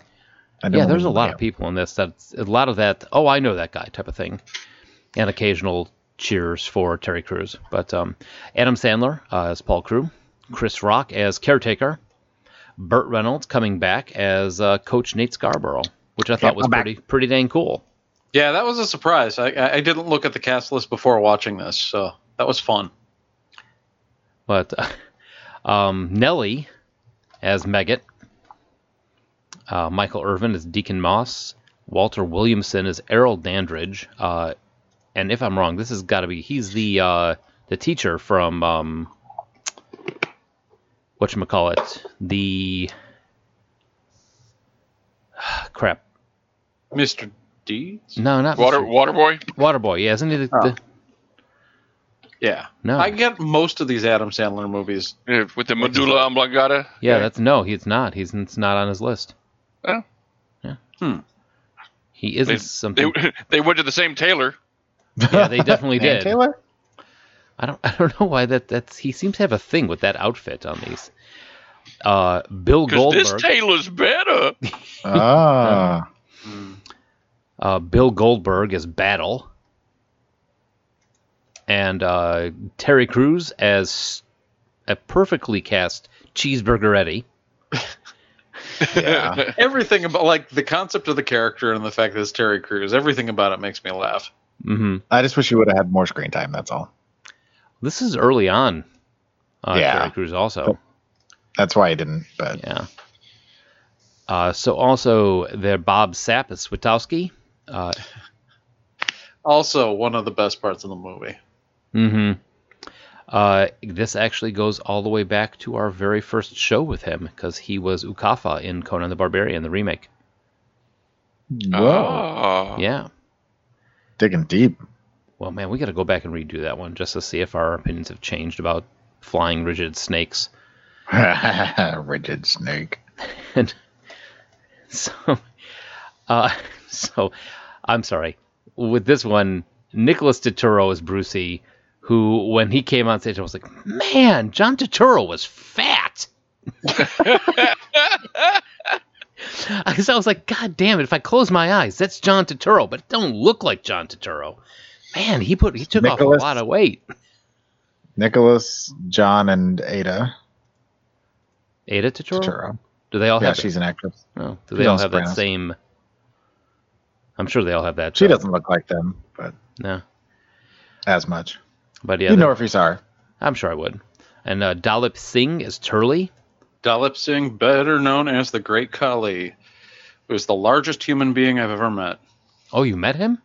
Speaker 6: I didn't
Speaker 4: yeah, there's a
Speaker 6: really-
Speaker 4: lot of people in this. That's a lot of that. Oh, I know that guy type of thing, and occasional cheers for Terry Crews. But um, Adam Sandler uh, as Paul Crew, Chris Rock as caretaker, Burt Reynolds coming back as uh, Coach Nate Scarborough, which I thought was
Speaker 6: I'm back.
Speaker 4: pretty pretty dang cool.
Speaker 5: Yeah, that was a surprise. I- I, I didn't look at the cast list before watching this, so that was fun.
Speaker 4: But um, Nellie as Meggett, uh, Michael Irvin as Deacon Moss, Walter Williamson as Errol Dandridge, uh, and if I'm wrong, this has got to be he's the uh, the teacher from um, what you call it the Crap.
Speaker 5: Mr. Deeds?
Speaker 4: No, not
Speaker 7: Water
Speaker 4: Mr.
Speaker 7: Waterboy.
Speaker 4: Waterboy. Yeah, isn't he the, the
Speaker 5: Yeah.
Speaker 4: no?
Speaker 5: I get most of these Adam Sandler movies.
Speaker 7: Yeah, with the medulla oblongata.
Speaker 4: yeah, that's no. He's not. He's it's not on his list.
Speaker 7: Oh.
Speaker 4: Yeah.
Speaker 5: Hmm.
Speaker 4: He isn't
Speaker 7: They- They,
Speaker 4: something.
Speaker 7: they went to the same tailor.
Speaker 4: yeah, they definitely
Speaker 6: Dan
Speaker 4: did.
Speaker 6: Taylor?
Speaker 4: I don't I don't know why that that's he seems to have a thing with that outfit on these. Uh, Bill
Speaker 7: Because this
Speaker 4: Goldberg.
Speaker 7: tailor's better.
Speaker 6: Ah.
Speaker 4: uh, Bill Goldberg as Battle, and uh, Terry Crews as a perfectly cast Cheeseburger Eddie.
Speaker 6: yeah.
Speaker 5: Everything about, like, the concept of the character and the fact that it's Terry Crews, everything about it makes me laugh.
Speaker 7: Mm-hmm.
Speaker 4: hmm
Speaker 6: I just wish you would have had more screen time, that's all.
Speaker 4: This is early on. Uh,
Speaker 6: Yeah.
Speaker 4: Terry Crews also.
Speaker 6: That's why I didn't, but
Speaker 4: Yeah. Uh, so also there Bob Sapp as Swatowski. Uh,
Speaker 5: Also, one of the best parts of the movie.
Speaker 4: hmm Uh, this actually goes all the way back to our very first show with him because he was Ukafa in Conan the Barbarian, the remake.
Speaker 7: Oh.
Speaker 6: whoa.
Speaker 4: Yeah.
Speaker 6: Digging deep.
Speaker 4: Well, man, we got to go back and redo that one just to see if our opinions have changed about flying rigid snakes.
Speaker 6: Rigid snake.
Speaker 4: And so, uh, so I'm sorry. With this one, Nicholas Turturro is Brucey, who, when he came on stage, I was like, man, John Turturro was fat. Because I was like, God damn it! If I close my eyes, that's John Turturro, but it don't look like John Turturro. Man, he put he took
Speaker 6: Nicholas-
Speaker 4: off a lot of weight.
Speaker 6: Nicholas, John, and Ada
Speaker 4: Ada Turturro.
Speaker 6: Turturro.
Speaker 4: Do they all
Speaker 6: Yeah,
Speaker 4: have?
Speaker 6: she's an actress.
Speaker 4: Oh, do
Speaker 6: She's
Speaker 4: they all
Speaker 6: on
Speaker 4: have that
Speaker 6: Sopranos.
Speaker 4: same? I'm sure they all have that.
Speaker 6: She
Speaker 4: uh,
Speaker 6: doesn't look like them, but
Speaker 4: No,
Speaker 6: as much.
Speaker 4: but yeah,
Speaker 6: you
Speaker 4: the-
Speaker 6: know if you saw her.
Speaker 4: I'm sure I would. And uh, Dalip Singh is Turley.
Speaker 5: Dalip Singh, better known as the Great Kali, was the largest human being I've ever met.
Speaker 4: Oh, you met him?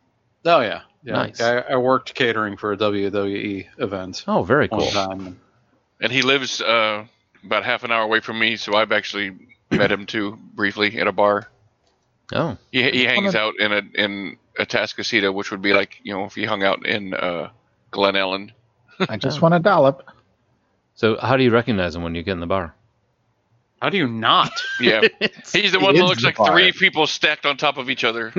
Speaker 5: Oh yeah, yeah.
Speaker 4: Nice.
Speaker 5: I, I worked catering for a WWE event
Speaker 4: Oh, very
Speaker 5: one
Speaker 4: cool.
Speaker 5: time.
Speaker 7: And he lives uh, about half an hour away from me, so I've actually met him too briefly at a bar.
Speaker 4: Oh,
Speaker 7: He, he hangs out in a in Atascocita, which would be like you know if he hung out in uh, Glen Ellen.
Speaker 6: I just want a dollop.
Speaker 4: so how do you recognize him when you get in the bar?
Speaker 5: How do you not?
Speaker 7: Yeah, he's the one
Speaker 6: He
Speaker 7: that
Speaker 6: is
Speaker 7: looks
Speaker 6: the
Speaker 7: like
Speaker 6: bar.
Speaker 7: three people stacked on top of each other.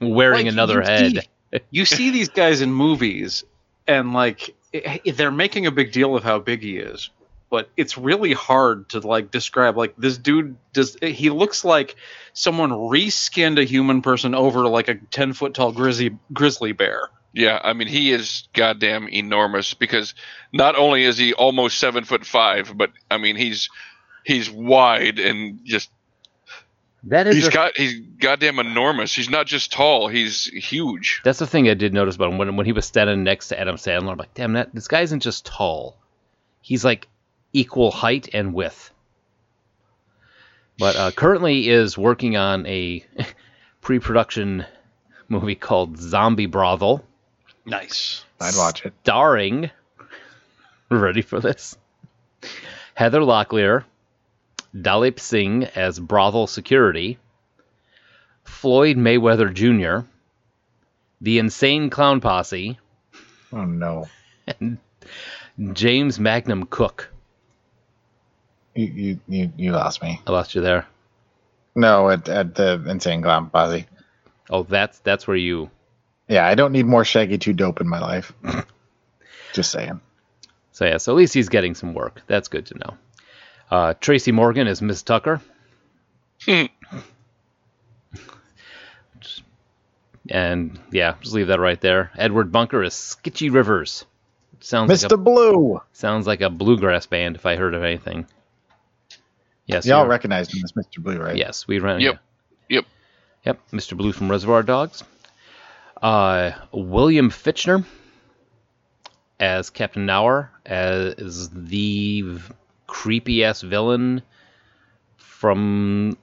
Speaker 4: Wearing
Speaker 5: Like,
Speaker 4: another
Speaker 5: you
Speaker 4: head.
Speaker 5: See, you see these guys in movies, and like i i- they're making a big deal of how big he is, but it's really hard to like describe. Like this dude does. eh, He looks like someone reskinned a human person over like a ten foot tall grizzly grizzly bear.
Speaker 7: Yeah, I mean he is goddamn enormous because not only is he almost seven foot five, but I mean he's he's wide and just
Speaker 4: That is
Speaker 7: he's
Speaker 4: a-
Speaker 7: got he's goddamn enormous. He's not just tall, he's huge.
Speaker 4: that's the thing I did notice about him when when he was standing next to Adam Sandler. I'm like, damn, that this guy isn't just tall. He's like equal height and width. But uh, currently is working on a pre-production movie called Zombie Brothel,
Speaker 5: Nice.
Speaker 6: I'd watch it.
Speaker 4: starring. Ready for this? Heather Locklear, Dalip Singh as brothel security, Floyd Mayweather Jr., the insane clown posse,
Speaker 6: Oh no.
Speaker 4: James Magnum Cook.
Speaker 6: You you you, you lost me.
Speaker 4: I lost you there.
Speaker 6: No, at, at the insane clown posse.
Speaker 4: Oh, that's that's where you.
Speaker 6: Yeah, I don't need more Shaggy Two dope in my life. just saying.
Speaker 4: So yeah, so at least he's getting some work. That's good to know. Uh, Tracy Morgan is Miss Tucker. and yeah, just leave that right there. Edward Bunker is Skitchy Rivers. Sounds like
Speaker 6: Mr.
Speaker 4: a,
Speaker 6: Blue.
Speaker 4: sounds like a bluegrass band if I heard of anything. Yes,
Speaker 6: Y'all
Speaker 4: you're-
Speaker 6: recognized him as Mr. Blue, right?
Speaker 4: Yes, we ran.
Speaker 7: Yep. Yep.
Speaker 4: Yep, Mr. Blue from Reservoir Dogs. Uh, William Fitchner as Captain Nauer, as the creepy ass villain from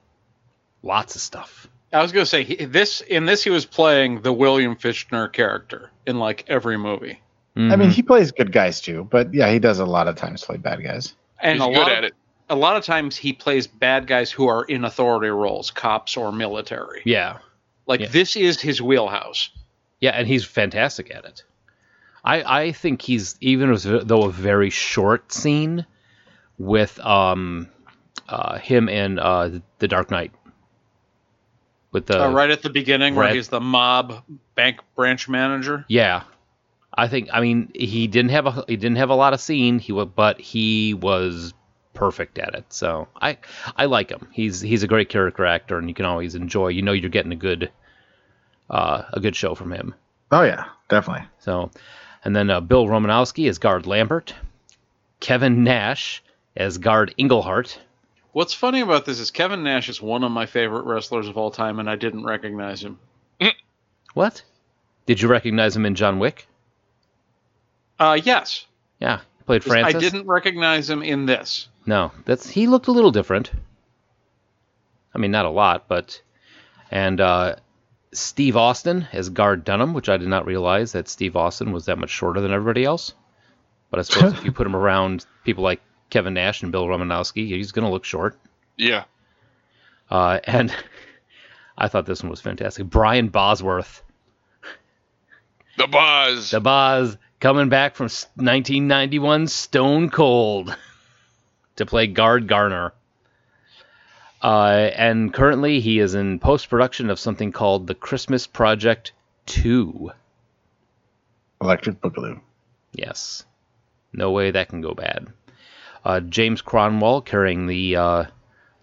Speaker 4: lots of stuff.
Speaker 5: I was gonna say he, this in this he was playing the William Fichtner character in like every movie,
Speaker 4: Mm-hmm.
Speaker 6: I mean, he plays good guys too, but yeah, he does a lot of times play bad guys.
Speaker 5: and
Speaker 7: He's
Speaker 5: a
Speaker 7: good
Speaker 5: lot
Speaker 7: at
Speaker 5: of,
Speaker 7: it.
Speaker 5: a lot of times he plays bad guys who are in authority roles, cops or military.
Speaker 4: Yeah.
Speaker 5: Like
Speaker 4: Yeah.
Speaker 5: this is his wheelhouse.
Speaker 4: Yeah, and he's fantastic at it. I I think he's even as though a very short scene with um uh him and uh the Dark Knight with the
Speaker 5: Uh, right at the beginning, where
Speaker 4: right.
Speaker 5: he's the mob bank branch manager.
Speaker 4: yeah. I think I mean he didn't have a he didn't have a lot of scene he wa- but he was perfect at it so I I like him he's he's a great character actor and you can always enjoy you know you're getting a good uh, a good show from him
Speaker 6: Oh yeah, definitely.
Speaker 4: So, and then uh, Bill Romanowski as guard Lambert, Kevin Nash as guard Englehart.
Speaker 5: What's funny about this is Kevin Nash is one of my favorite wrestlers of all time, and I didn't recognize him.
Speaker 4: What? Did you recognize him in John Wick?
Speaker 5: Uh, yes,
Speaker 4: Yeah, he played Francis.
Speaker 5: I didn't recognize him in this.
Speaker 4: No, that's he looked a little different. I mean, not a lot, but and uh, Steve Austin as guard Dunham, which I did not realize that Steve Austin was that much shorter than everybody else. But I suppose if you put him around people like Kevin Nash and Bill Romanowski, he's going to look short.
Speaker 7: Yeah.
Speaker 4: Uh, and I thought this one was fantastic. Brian Bosworth,
Speaker 7: The Boz.
Speaker 4: the Boz, coming back from s- 1991 Stone Cold to play Guard Garner. Uh, and currently, he is in post production of something called The Christmas Project 2.
Speaker 6: Electric Boogaloo.
Speaker 4: Yes. No way that can go bad. Uh, James Cronwell carrying the uh,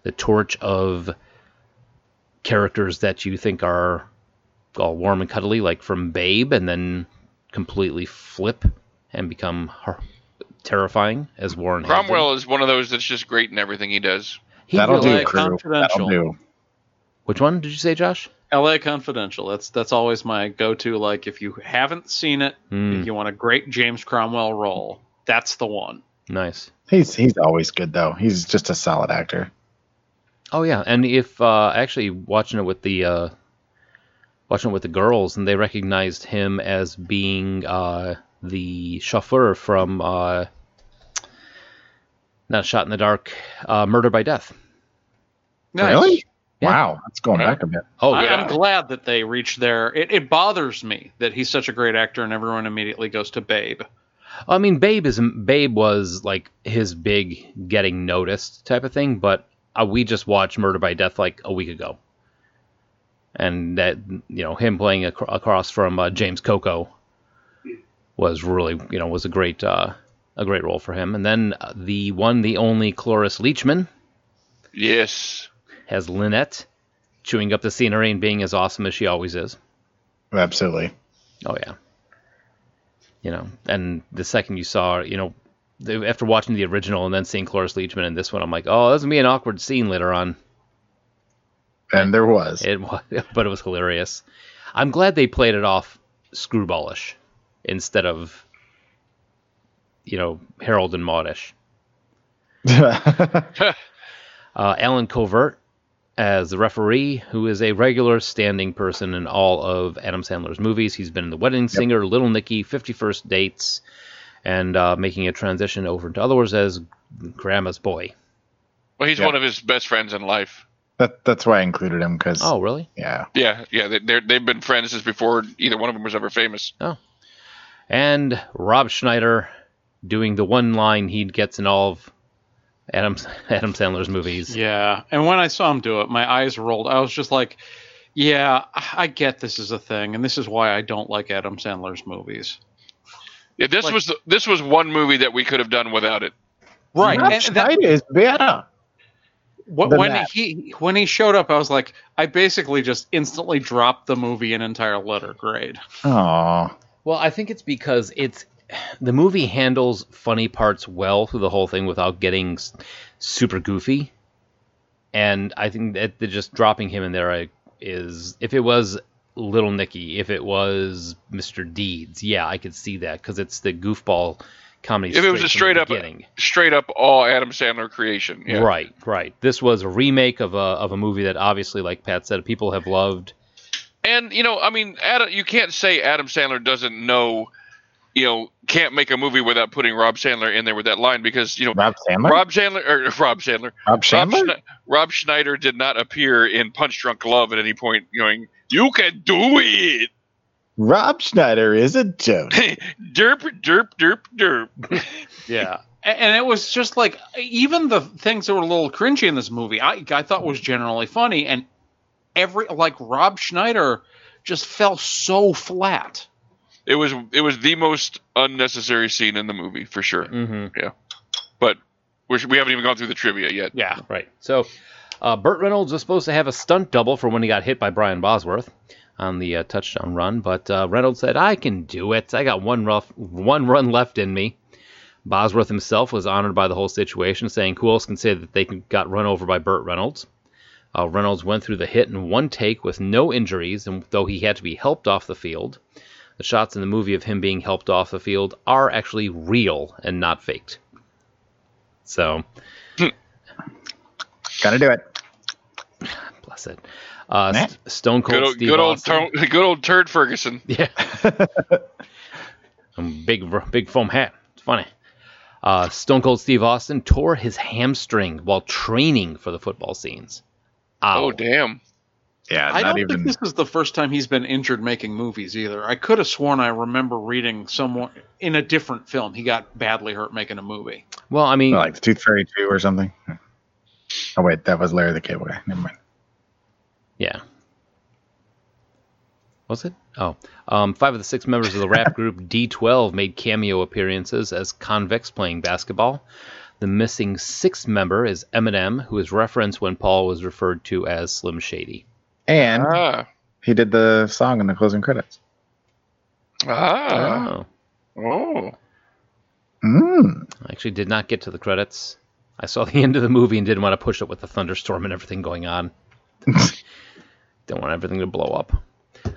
Speaker 4: the torch of characters that you think are all warm and cuddly, like from Babe, and then completely flip and become hor- terrifying as Warren. Hastings.
Speaker 7: Cromwell is one of those that's just great in everything he does.
Speaker 4: He
Speaker 6: That'll
Speaker 4: really-
Speaker 6: do,
Speaker 5: like
Speaker 6: crew. That'll
Speaker 5: Confidential.
Speaker 6: do.
Speaker 4: Which one did you say, Josh?
Speaker 5: L.A. Confidential. That's that's always my go-to. Like if you haven't seen it,
Speaker 4: Hmm.
Speaker 5: if you want a great James Cromwell role, that's the one.
Speaker 4: Nice.
Speaker 6: He's he's always good though. He's just a solid actor.
Speaker 4: Oh yeah, and if uh, actually watching it with the uh, watching it with the girls, and they recognized him as being uh, the chauffeur from uh, not Shot in the Dark, uh, Murder by Death.
Speaker 5: Nice.
Speaker 6: Really?
Speaker 4: Yeah.
Speaker 6: Wow, that's going
Speaker 7: Right.
Speaker 6: back a bit.
Speaker 4: Oh
Speaker 5: I,
Speaker 4: yeah,
Speaker 5: I'm glad that they reached there. It, it bothers me that he's such a great actor and everyone immediately goes to Babe.
Speaker 4: I mean Babe is Babe was like his big getting noticed type of thing, but uh, we just watched Murder by Death like a week ago, and that you know him playing ac- across from uh, James Coco was really you know was a great uh, a great role for him. And then uh, the one, the only Cloris Leachman
Speaker 7: Yes.
Speaker 4: has Lynette chewing up the scenery and being as awesome as she always is.
Speaker 6: Absolutely.
Speaker 4: Oh yeah. You know, and the second you saw, you know, the, after watching the original and then seeing Cloris Leachman in this one, I'm like, oh, that's gonna be an awkward scene later on.
Speaker 6: And there was.
Speaker 4: It was, but it was hilarious. I'm glad they played it off screwballish instead of, you know, Harold and Maudish. Uh, Alan Covert as the referee, who is a regular standing person in all of Adam Sandler's movies. He's been in The Wedding Singer, Little Nicky, 51st Dates, and uh, making a transition over to others as Grandma's Boy.
Speaker 7: Well, he's
Speaker 6: Yeah.
Speaker 7: one of his best friends in life.
Speaker 6: that that's why I included him because
Speaker 4: Oh, really?
Speaker 6: yeah.
Speaker 7: Yeah, yeah. They, they're, they've been friends since before either one of them was ever famous.
Speaker 4: And Rob Schneider doing the one line he gets in all of Adam, Adam Sandler's movies.
Speaker 5: Yeah. And when I saw him do it, my eyes rolled. I was just like, yeah, I get this is a thing, and this is why I don't like Adam Sandler's movies.
Speaker 7: Yeah, this
Speaker 5: Like-
Speaker 7: was the, this was one movie that we could have done without it.
Speaker 5: Right.
Speaker 6: Rob
Speaker 5: and that-
Speaker 6: Schneider is better.
Speaker 5: Wh-
Speaker 6: than
Speaker 5: when
Speaker 6: that.
Speaker 5: he when he showed up, I was like, I basically just instantly dropped the movie an entire letter grade.
Speaker 6: Oh,
Speaker 4: Well, I think it's because it's the movie handles funny parts well through the whole thing without getting s- super goofy, and I think that the- just dropping him in there I- is if it was Little Nicky, if it was Mr. Deeds, yeah, I could see that because it's the goofball comedy.
Speaker 7: If it was a
Speaker 4: from
Speaker 7: straight
Speaker 4: the
Speaker 7: up,
Speaker 4: beginning.
Speaker 7: straight up all Adam Sandler creation. Yeah.
Speaker 4: Right, right. This was a remake of a of a movie that obviously, like Pat said, people have loved.
Speaker 7: And you know, I mean, Adam, you can't say Adam Sandler doesn't know. you know, can't make a movie without putting Rob Sandler in there with that line because, you know,
Speaker 6: Rob Sandler.
Speaker 7: Rob Sandler or Rob Sandler,
Speaker 6: Rob
Speaker 7: Rob,
Speaker 6: Sandler?
Speaker 7: Schne- Rob Schneider did not appear in Punch Drunk Love at any point going, You can do it!
Speaker 6: Rob Schneider is a joke.
Speaker 7: derp, derp, derp, derp.
Speaker 5: Yeah. A- And it was just like even the things that were a little cringy in this movie, I I thought was generally funny, and every like Rob Schneider just fell so flat.
Speaker 7: It was it was the most unnecessary scene in the movie for sure.
Speaker 4: Mm-hmm.
Speaker 7: But we're, we haven't even gone through the trivia yet.
Speaker 5: Yeah,
Speaker 4: Right. So, uh, Burt Reynolds was supposed to have a stunt double for when he got hit by Brian Bosworth on the uh, touchdown run, but uh, Reynolds said, "I can do it. I got one rough, one run left in me." Bosworth himself was honored by the whole situation, saying, "Who else can say that they got run over by Burt Reynolds?" Uh, Reynolds went through the hit in one take with no injuries, and though he had to be helped off the field, the shots in the movie of him being helped off the field are actually real and not faked. So,
Speaker 6: Gotta do it.
Speaker 4: Bless it. Uh,
Speaker 6: Matt?
Speaker 4: S- Stone Cold
Speaker 7: Good old,
Speaker 4: Steve
Speaker 7: good old,
Speaker 4: Austin.
Speaker 7: tur- good old turd Ferguson.
Speaker 4: yeah. Um, big ver- big foam hat. It's funny. Uh, Stone Cold Steve Austin tore his hamstring while training for the football scenes. Ow.
Speaker 7: Oh damn!
Speaker 6: Yeah,
Speaker 5: I
Speaker 6: not
Speaker 5: don't
Speaker 6: even.
Speaker 5: think this is the first time he's been injured making movies either. I could have sworn I remember reading someone in a different film he got badly hurt making a movie.
Speaker 4: Well, I mean,
Speaker 6: like the Tooth Fairy 2 or something. Oh, wait, that was Larry the Cable Guy. Never mind.
Speaker 4: yeah. Was it? Oh. Um, five of the six members of the rap group D12 made cameo appearances as convicts playing basketball. The missing sixth member is Eminem, who is referenced when Paul was referred to as Slim Shady.
Speaker 6: And
Speaker 5: Uh,
Speaker 7: Ah,
Speaker 6: he did the song in the closing credits.
Speaker 7: ah,
Speaker 4: Oh.
Speaker 7: oh.
Speaker 6: Mm.
Speaker 4: I actually did not get to the credits. I saw the end of the movie and didn't want to push it with the thunderstorm and everything going on. Don't want everything to blow up.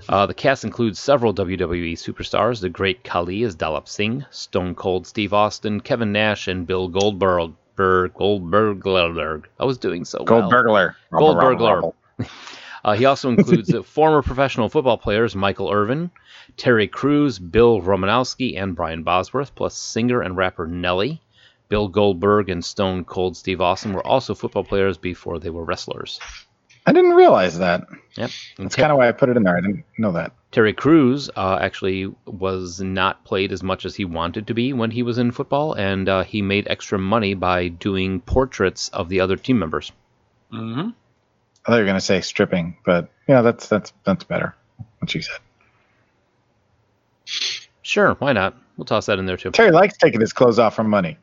Speaker 4: Uh, the cast includes several WWE superstars. The Great Khali is Dalip Singh, Stone Cold Steve Austin, Kevin Nash, and Bill Goldberg. Berg, Goldberg, Goldberg. I was doing so well.
Speaker 6: Goldbergler. Rubble, rubble,
Speaker 4: Goldbergler.
Speaker 6: rubble.
Speaker 4: Uh, he also includes uh, former professional football players Michael Irvin, Terry Crews, Bill Romanowski, and Brian Bosworth, plus singer and rapper Nelly. Bill Goldberg and Stone Cold Steve Austin were also football players before they were wrestlers.
Speaker 6: I didn't realize that.
Speaker 4: Yep. And
Speaker 6: That's
Speaker 4: Ter-
Speaker 6: kind of why I put it in there. I didn't know that.
Speaker 4: Terry Crews uh, actually was not played as much as he wanted to be when he was in football, and uh, he made extra money by doing portraits of the other team members.
Speaker 5: Mm-hmm.
Speaker 6: I thought you were going to say stripping, but you know, that's that's that's better. What you said.
Speaker 4: Sure, why not? We'll toss that in there too.
Speaker 6: Terry likes taking his clothes off for money.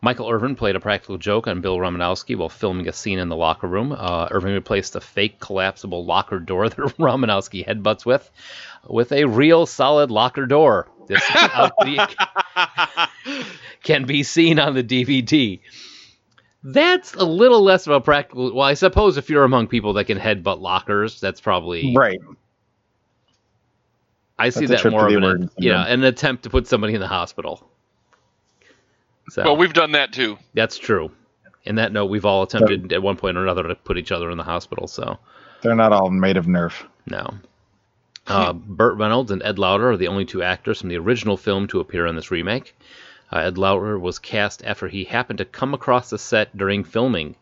Speaker 4: Michael Irvin played a practical joke on Bill Romanowski while filming a scene in the locker room. Uh, Irvin replaced a fake collapsible locker door that Romanowski headbutts with with a real solid locker door. This out- can be seen on the DVD. That's a little less of a practical. Well, I suppose if you're among people that can headbutt lockers, that's probably
Speaker 6: Right.
Speaker 4: I see
Speaker 6: That's a
Speaker 4: that
Speaker 6: trip to
Speaker 4: more
Speaker 6: the
Speaker 4: of an,
Speaker 6: emergency
Speaker 4: yeah,
Speaker 6: room.
Speaker 4: an attempt to put somebody in the hospital. So.
Speaker 7: Well, we've done that too.
Speaker 4: That's true. In that note, we've all attempted at one point or another to put each other in the hospital. So
Speaker 6: They're not all made of Nerf.
Speaker 4: no.
Speaker 6: Hmm.
Speaker 4: Uh, Burt Reynolds and Ed Lauder are the only two actors from the original film to appear in this remake. Uh, Ed Lauder was cast after he happened to come across the set during filming.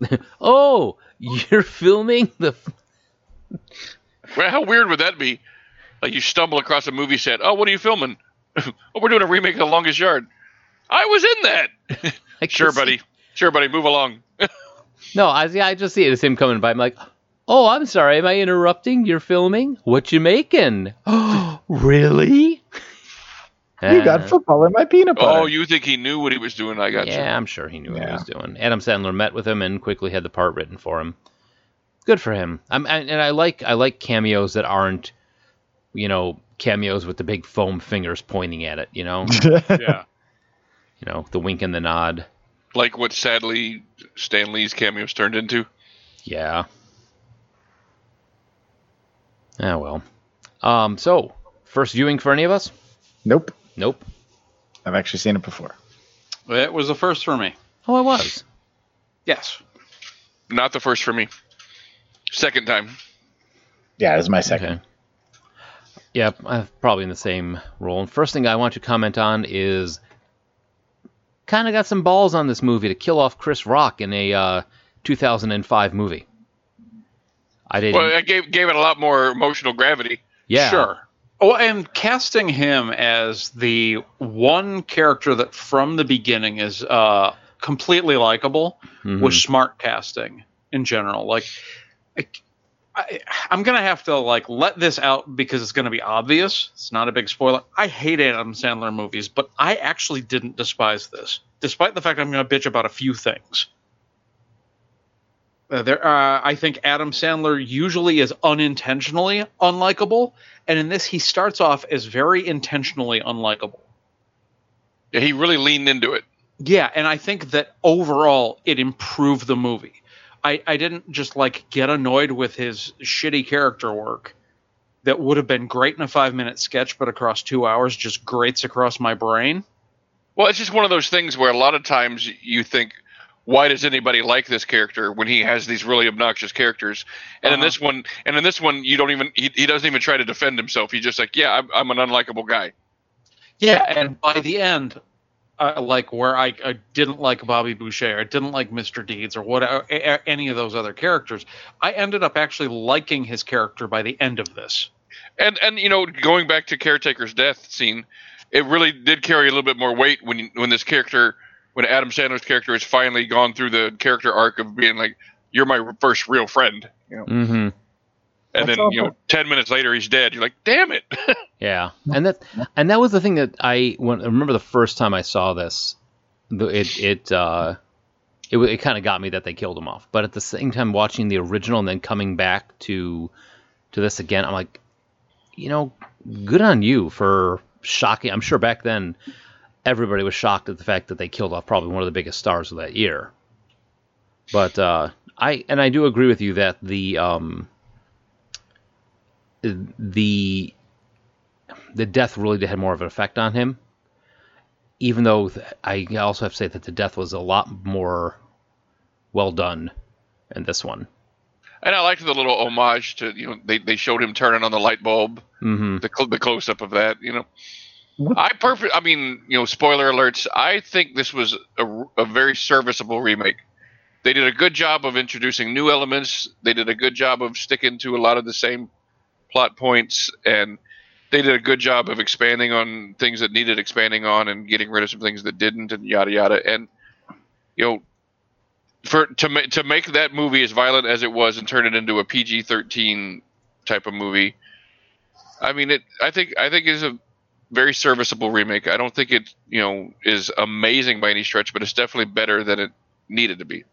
Speaker 4: oh, you're filming the. F-
Speaker 7: Well, how weird would that be? Like you stumble across a movie set. Oh, what are you filming? oh, we're doing a remake of The Longest Yard. I was in that.
Speaker 4: I can
Speaker 7: Sure,
Speaker 4: see-
Speaker 7: buddy. Sure, buddy. Move along.
Speaker 4: No, I see. I just see it as him coming by. I'm like, oh, I'm sorry. Am I interrupting? You're filming. What you making? really?
Speaker 6: You
Speaker 4: Uh,
Speaker 6: got football in my peanut butter.
Speaker 7: Oh, you think he knew what he was doing? I got
Speaker 4: Yeah, I'm sure he knew what he
Speaker 6: Yeah.
Speaker 4: was doing. Adam Sandler met with him and quickly had the part written for him. Good for him. I'm I, and I like I like cameos that aren't, you know, cameos with the big foam fingers pointing at it. You know,
Speaker 5: Yeah.
Speaker 4: you know, the wink and the nod.
Speaker 7: you. Like what sadly Stan Lee's cameos turned into.
Speaker 4: Yeah. Ah well. Um. So first viewing for any of us?
Speaker 6: nope.
Speaker 4: Nope.
Speaker 6: I've actually seen it before.
Speaker 5: It was the first for me.
Speaker 4: Oh, I was.
Speaker 5: Yes.
Speaker 7: Not the first for me. Second time.
Speaker 6: Yeah, it was my second.
Speaker 4: Okay. Yeah, I'm probably in the same role. And first thing I want to comment on is kind of got some balls on this movie to kill off Chris Rock in a uh, 2005 movie. I didn't.
Speaker 7: Well, I gave gave it a lot more emotional gravity.
Speaker 4: yeah,
Speaker 5: Sure. Oh, and casting him as the one character that from the beginning is uh, completely likable
Speaker 4: Mhm.
Speaker 5: was smart casting in general. Like, I, I, I'm gonna have to like let this out because it's gonna be obvious. It's not a big spoiler. I hate Adam Sandler movies, but I actually didn't despise this, despite the fact I'm gonna bitch about a few things. Uh, there, uh, I think Adam Sandler usually is unintentionally unlikable, and in this, he starts off as very intentionally unlikable.
Speaker 7: Yeah, he really leaned into it.
Speaker 5: Yeah, and I think that overall it improved the movie. I, I didn't just like get annoyed with his shitty character work that would have been great in a five minute sketch, but across two hours just grates across my brain.
Speaker 7: Well, it's just one of those things where a lot of times you think, why does anybody like this character when he has these really obnoxious characters? And in
Speaker 5: Uh-huh.
Speaker 7: this one, and in this one, you don't even he, he doesn't even try to defend himself. He's just like, yeah, I'm, I'm an unlikable guy.
Speaker 5: Yeah, and by the end, I like where I, I didn't like Bobby Boucher, I didn't like Mr. Deeds, or what or a- a- any of those other characters. I ended up actually liking his character by the end of this.
Speaker 7: And and you know, going back to caretaker's death scene, it really did carry a little bit more weight when when this character, when Adam Sandler's character has finally gone through the character arc of being like, you're my first real friend,
Speaker 4: Mm-hmm.
Speaker 7: and
Speaker 6: That's
Speaker 7: then you know,
Speaker 6: awful.
Speaker 7: ten minutes later he's dead. You're like, damn it.
Speaker 4: Yeah, and that and that was the thing that I when I remember the first time I saw this, the- it it uh, it wa- it kind of got me that they killed him off. But at the same time, watching the original and then coming back to to this again, I'm like, you know, good on you for shocking. I'm sure back then everybody was shocked at the fact that they killed off probably one of the biggest stars of that year. But uh, I and I do agree with you that the um, the the death really did have more of an effect on him. Even though th- I also have to say that the death was a lot more well done in this one.
Speaker 7: And I liked the little homage to you know they, they showed him turning on the light bulb,
Speaker 4: hmm
Speaker 7: the cl- the close up of that. You know,
Speaker 6: What-
Speaker 7: I perfect. I mean, you know, spoiler alerts. I think this was a, r- a very serviceable remake. They did a good job of introducing new elements. They did a good job of sticking to a lot of the same plot points, and they did a good job of expanding on things that needed expanding on and getting rid of some things that didn't, and yada yada. And you know, for to ma- to make that movie as violent as it was and turn it into a PG thirteen type of movie, I mean it. I think I think is a very serviceable remake. I don't think it you know is amazing by any stretch, but it's definitely better than it needed to be.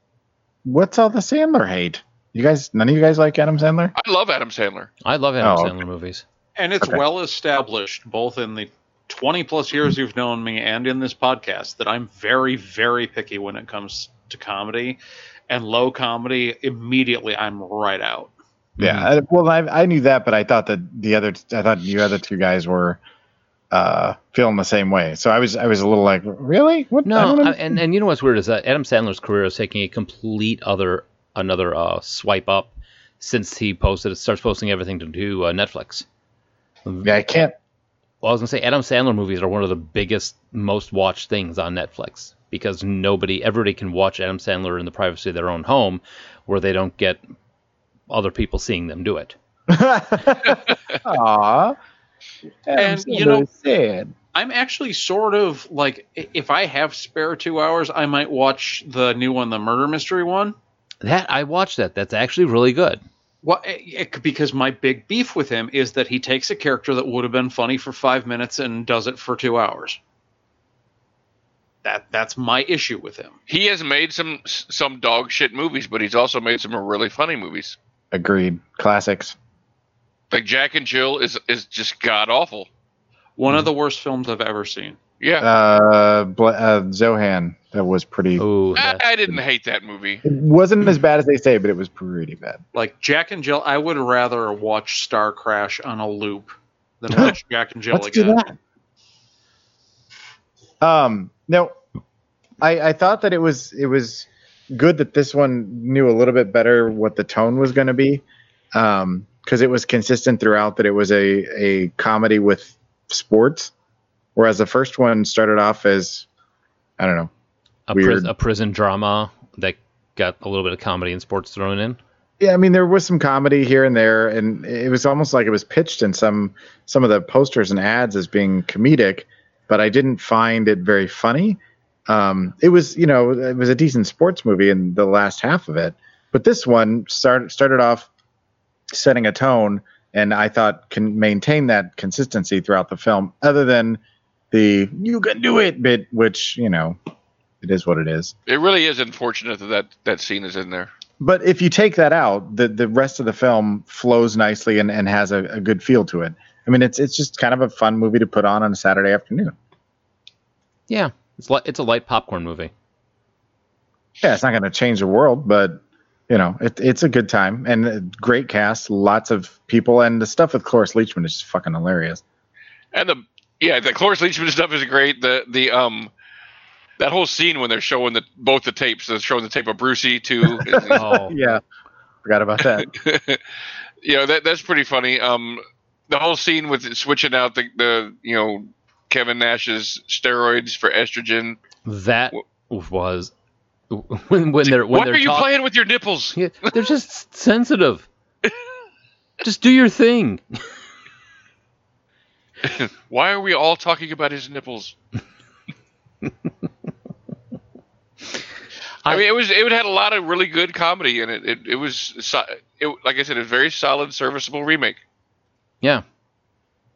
Speaker 6: What's all the Sandler hate? You guys, none of you guys like Adam Sandler?
Speaker 7: I love Adam Sandler.
Speaker 4: I love Adam
Speaker 6: Oh,
Speaker 4: Sandler movies.
Speaker 5: And it's
Speaker 6: Okay.
Speaker 5: well established, both in the 20 plus years you've known me and in this podcast, that I'm very, very picky when it comes to comedy. And low comedy, immediately I'm right out.
Speaker 6: Yeah. I- well, I, I knew that, but I thought that the other, I thought you other two guys were uh, feeling the same way. So I was, I was a little like, really? What? I
Speaker 4: No,
Speaker 6: don't
Speaker 4: I,
Speaker 6: under-
Speaker 4: and and you know what's weird is that Adam Sandler's career is taking a complete other another uh, swipe up since he posted starts posting everything to do uh, Netflix.
Speaker 6: yeah, I can't.
Speaker 4: Well, I was gonna say Adam Sandler movies are one of the biggest, most watched things on Netflix because nobody, everybody can watch Adam Sandler in the privacy of their own home, where they don't get other people seeing them do it.
Speaker 6: Aw. Adam
Speaker 5: And,
Speaker 6: Sandler
Speaker 5: you know-
Speaker 6: is sad.
Speaker 5: I'm actually sort of like, i- if I have spare two hours, I might watch the new one, the murder mystery one.
Speaker 4: That I watched that. That's actually really good.
Speaker 5: Well, it, it- because my big beef with him is that he takes a character that would have been funny for five minutes and does it for two hours. That that's my issue with him.
Speaker 7: He has made some some dog shit movies, but he's also made some really funny movies.
Speaker 6: Agreed. Classics.
Speaker 7: Like Jack and Jill is is just god awful.
Speaker 5: One
Speaker 6: Hmm.
Speaker 5: of the worst films I've ever seen.
Speaker 7: Yeah,
Speaker 6: Uh, Bla- uh, Zohan. That was pretty.
Speaker 4: Oh,
Speaker 7: I, I didn't hate that movie.
Speaker 6: It wasn't as bad as they say, but it was pretty bad.
Speaker 5: Like Jack and Jill, I would rather watch Star Crash on a loop than watch Jack and Jill
Speaker 6: Let's do
Speaker 5: again.
Speaker 6: that. Um, no, I I thought that it was it was good that this one knew a little bit better what the tone was going to be. Um, because it was consistent throughout that it was a a comedy with sports, whereas the first one started off as I don't know.
Speaker 4: A, pris-
Speaker 6: Weird.
Speaker 4: a prison drama that got a little bit of comedy and sports thrown in.
Speaker 6: Yeah, I mean there was some comedy here and there, and it was almost like it was pitched in some some of the posters and ads as being comedic, but I didn't find it very funny. Um, it was you know it was a decent sports movie in the last half of it, but this one started started off setting a tone, and I thought can maintain that consistency throughout the film, other than the "you can do it" bit, which you know it is what it is.
Speaker 7: It really is unfortunate that that, that scene is in there.
Speaker 6: But if you take that out, the, the rest of the film flows nicely and, and has a, a good feel to it. I mean, it's it's just kind of a fun movie to put on on a Saturday afternoon.
Speaker 4: Yeah, it's li- it's a light popcorn movie.
Speaker 6: Yeah, it's not going to change the world, but you know, it, it's a good time and a great cast, lots of people, and the stuff with Cloris Leachman is just fucking hilarious.
Speaker 7: And the yeah, the Cloris Leachman stuff is great. The the um that whole scene when they're showing the both the tapes, they're showing the tape of Brucey too. is-
Speaker 4: Oh,
Speaker 6: Yeah, forgot about that.
Speaker 7: you know that that's pretty funny. Um, the whole scene with it switching out the, the you know Kevin Nash's steroids for estrogen.
Speaker 4: that was when when they're when
Speaker 7: Why
Speaker 4: they're
Speaker 7: are you
Speaker 4: talk-
Speaker 7: playing with your nipples?
Speaker 4: Yeah, they're just sensitive. just do your thing.
Speaker 7: Why are we all talking about his nipples? I mean, it was it had a lot of really good comedy in it. It it was so- it, like I said, a very solid, serviceable remake.
Speaker 4: Yeah,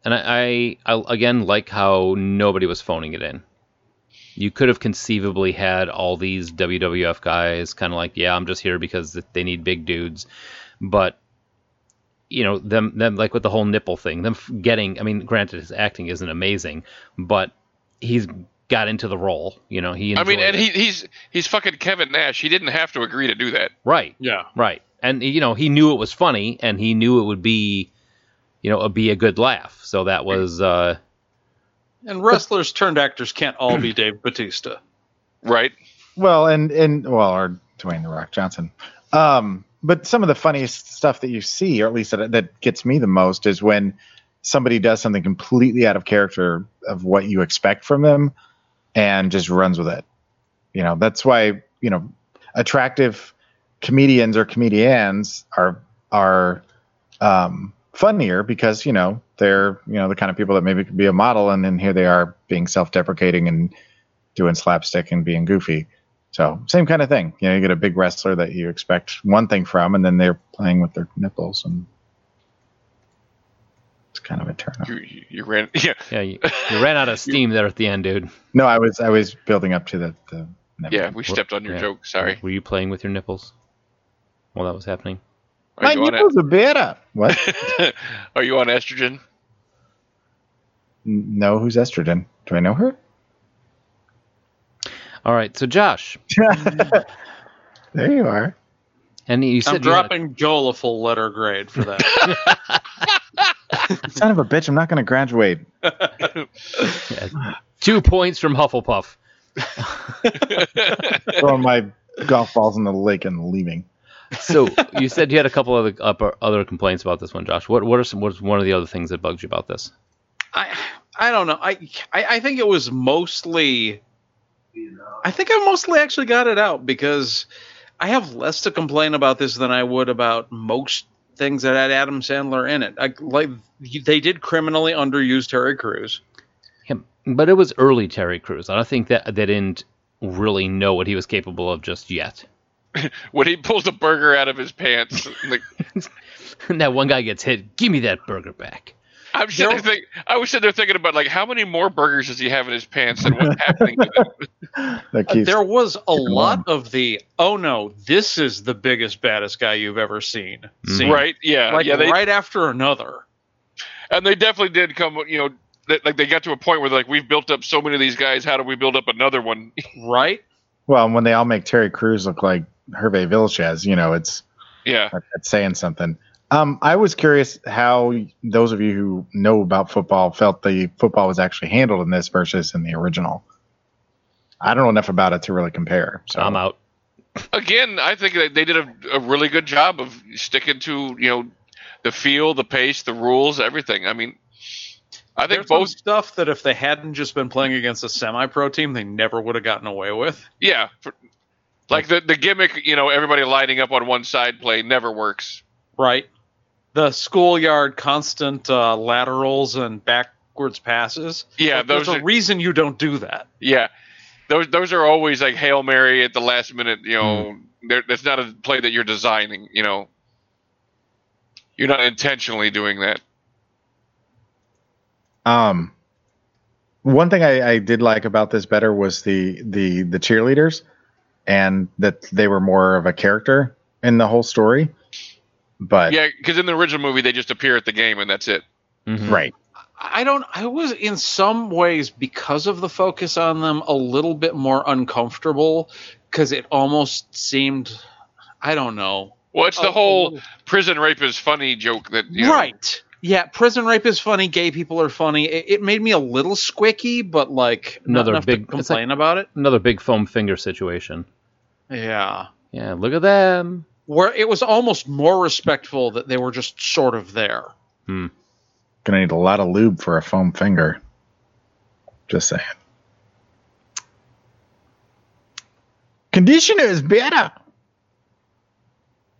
Speaker 4: and I, I I again like how nobody was phoning it in. You could have conceivably had all these WWF guys kind of like, yeah, I'm just here because they need big dudes, but you know them them like with the whole nipple thing, them f- getting. I mean, granted, his acting isn't amazing, but he's got into the role. You know, he.
Speaker 7: I mean,
Speaker 4: enjoyed
Speaker 7: and
Speaker 4: it.
Speaker 7: he, he's he's fucking Kevin Nash. He didn't have to agree to do that.
Speaker 4: right.
Speaker 5: Yeah.
Speaker 4: Right. And you know, he knew it was funny and he knew it would be you know, be a good laugh. So that was uh
Speaker 5: And wrestlers turned actors can't all be Dave Batista.
Speaker 7: Right?
Speaker 6: Well, and and well, or Dwayne the Rock Johnson. Um, but some of the funniest stuff that you see, or at least that, that gets me the most, is when somebody does something completely out of character of what you expect from them, and just runs with it. You know, that's why you know attractive comedians or comedians are are um, funnier because you know they're you know the kind of people that maybe could be a model, and then here they are being self-deprecating and doing slapstick and being goofy. So same kind of thing. You know, you get a big wrestler that you expect one thing from, and then they're playing with their nipples, and it's kind of a turn off.
Speaker 7: You, you, you ran. Yeah.
Speaker 4: yeah, you, you ran out of steam there at the end, dude.
Speaker 6: No, I was I was building up to the. the never
Speaker 7: Yeah,
Speaker 6: mind.
Speaker 7: we stepped on your
Speaker 4: Yeah.
Speaker 7: joke. Sorry.
Speaker 4: Were you playing with your nipples while that was happening?
Speaker 7: Are
Speaker 6: my
Speaker 7: you on
Speaker 6: nipples are better. What?
Speaker 7: it? Are you on estrogen?
Speaker 6: N- no, who's estrogen? Do I know her?
Speaker 4: All right, so Josh,
Speaker 6: There you are.
Speaker 4: and you said
Speaker 5: I'm dropping Joel a full letter grade for that.
Speaker 6: Son of a bitch! I'm not going to graduate.
Speaker 4: two points from Hufflepuff.
Speaker 6: Throwing my golf balls in the lake and leaving.
Speaker 4: So you said you had a couple other upper, other complaints about this one, Josh. What what are some what's one of the other things that bugged you about this?
Speaker 5: I I don't know. I, I I think it was mostly. I think I mostly actually got it out because I have less to complain about this than I would about most things that had Adam Sandler in it. I, like they did criminally underuse Terry Crews.
Speaker 4: him. But it was early Terry Crews. I don't think that they didn't really know what he was capable of just yet.
Speaker 7: When he pulls a burger out of his pants, like,
Speaker 4: And that one guy gets hit. Give me that burger back.
Speaker 7: I'm sitting there think, I was sitting there thinking about like how many more burgers does he have in his pants and what's happening to them? Uh,
Speaker 6: That keeps.
Speaker 5: Uh, there was a
Speaker 6: him
Speaker 5: lot of the oh no, this is the biggest baddest guy you've ever seen.
Speaker 4: Mhm.
Speaker 5: scene.
Speaker 7: right? Yeah,
Speaker 5: Like
Speaker 7: yeah. They,
Speaker 5: right after another.
Speaker 7: And they definitely did come. You know, they, like they got to a point where like we've built up so many of these guys. How do we build up another one?
Speaker 5: Right?
Speaker 6: Well, and when they all make Terry Crews look like Hervé Villechaize, you know, it's
Speaker 7: yeah,
Speaker 6: that- that's saying something. Um, I was curious how those of you who know about football felt the football was actually handled in this versus in the original. I don't know enough about it to really compare. So
Speaker 7: Um,
Speaker 4: I'm out.
Speaker 7: again, I think that they did a, a really good job of sticking to you know the feel, the pace, the rules, everything. I mean, I think
Speaker 5: There's some
Speaker 7: both.
Speaker 5: stuff that if they hadn't just been playing against a semi-pro team, they never would have gotten away with.
Speaker 7: Yeah, for- like the the gimmick, you know, everybody lining up on one side play never works.
Speaker 5: Right. The schoolyard constant uh, laterals and backwards passes.
Speaker 7: Yeah,
Speaker 5: Like,
Speaker 7: those
Speaker 5: there's
Speaker 7: are-
Speaker 5: a reason you don't do that.
Speaker 7: Yeah, those those are always like hail mary at the last minute. You know,
Speaker 5: Mm-hmm.
Speaker 7: they're that's not a play that you're designing. You know, you're not intentionally doing that.
Speaker 6: Um, one thing I, I did like about this better was the the the cheerleaders, and that they were more of a character in the whole story. But
Speaker 7: Yeah, because in the original movie they just appear at the game and that's it.
Speaker 4: Mhm.
Speaker 6: right,
Speaker 5: I don't. I was in some ways because of the focus on them a little bit more uncomfortable because it almost seemed. I don't know.
Speaker 7: Well, it's
Speaker 4: Oh,
Speaker 7: the
Speaker 5: A- a
Speaker 7: whole
Speaker 5: little-
Speaker 7: prison rape is funny joke that you know,
Speaker 5: Oh, Right. Yeah, prison rape is funny. Gay people are funny. It, it made me a little squicky, but like not
Speaker 4: Another
Speaker 5: enough
Speaker 4: big-
Speaker 5: to
Speaker 4: it's like-
Speaker 5: complain about it.
Speaker 4: Another big foam finger situation.
Speaker 5: Yeah.
Speaker 4: Yeah, look at them.
Speaker 5: Where it was almost more respectful that they were just sort of there.
Speaker 6: gonna need a lot of lube for a foam finger. Just saying. Conditioner is better.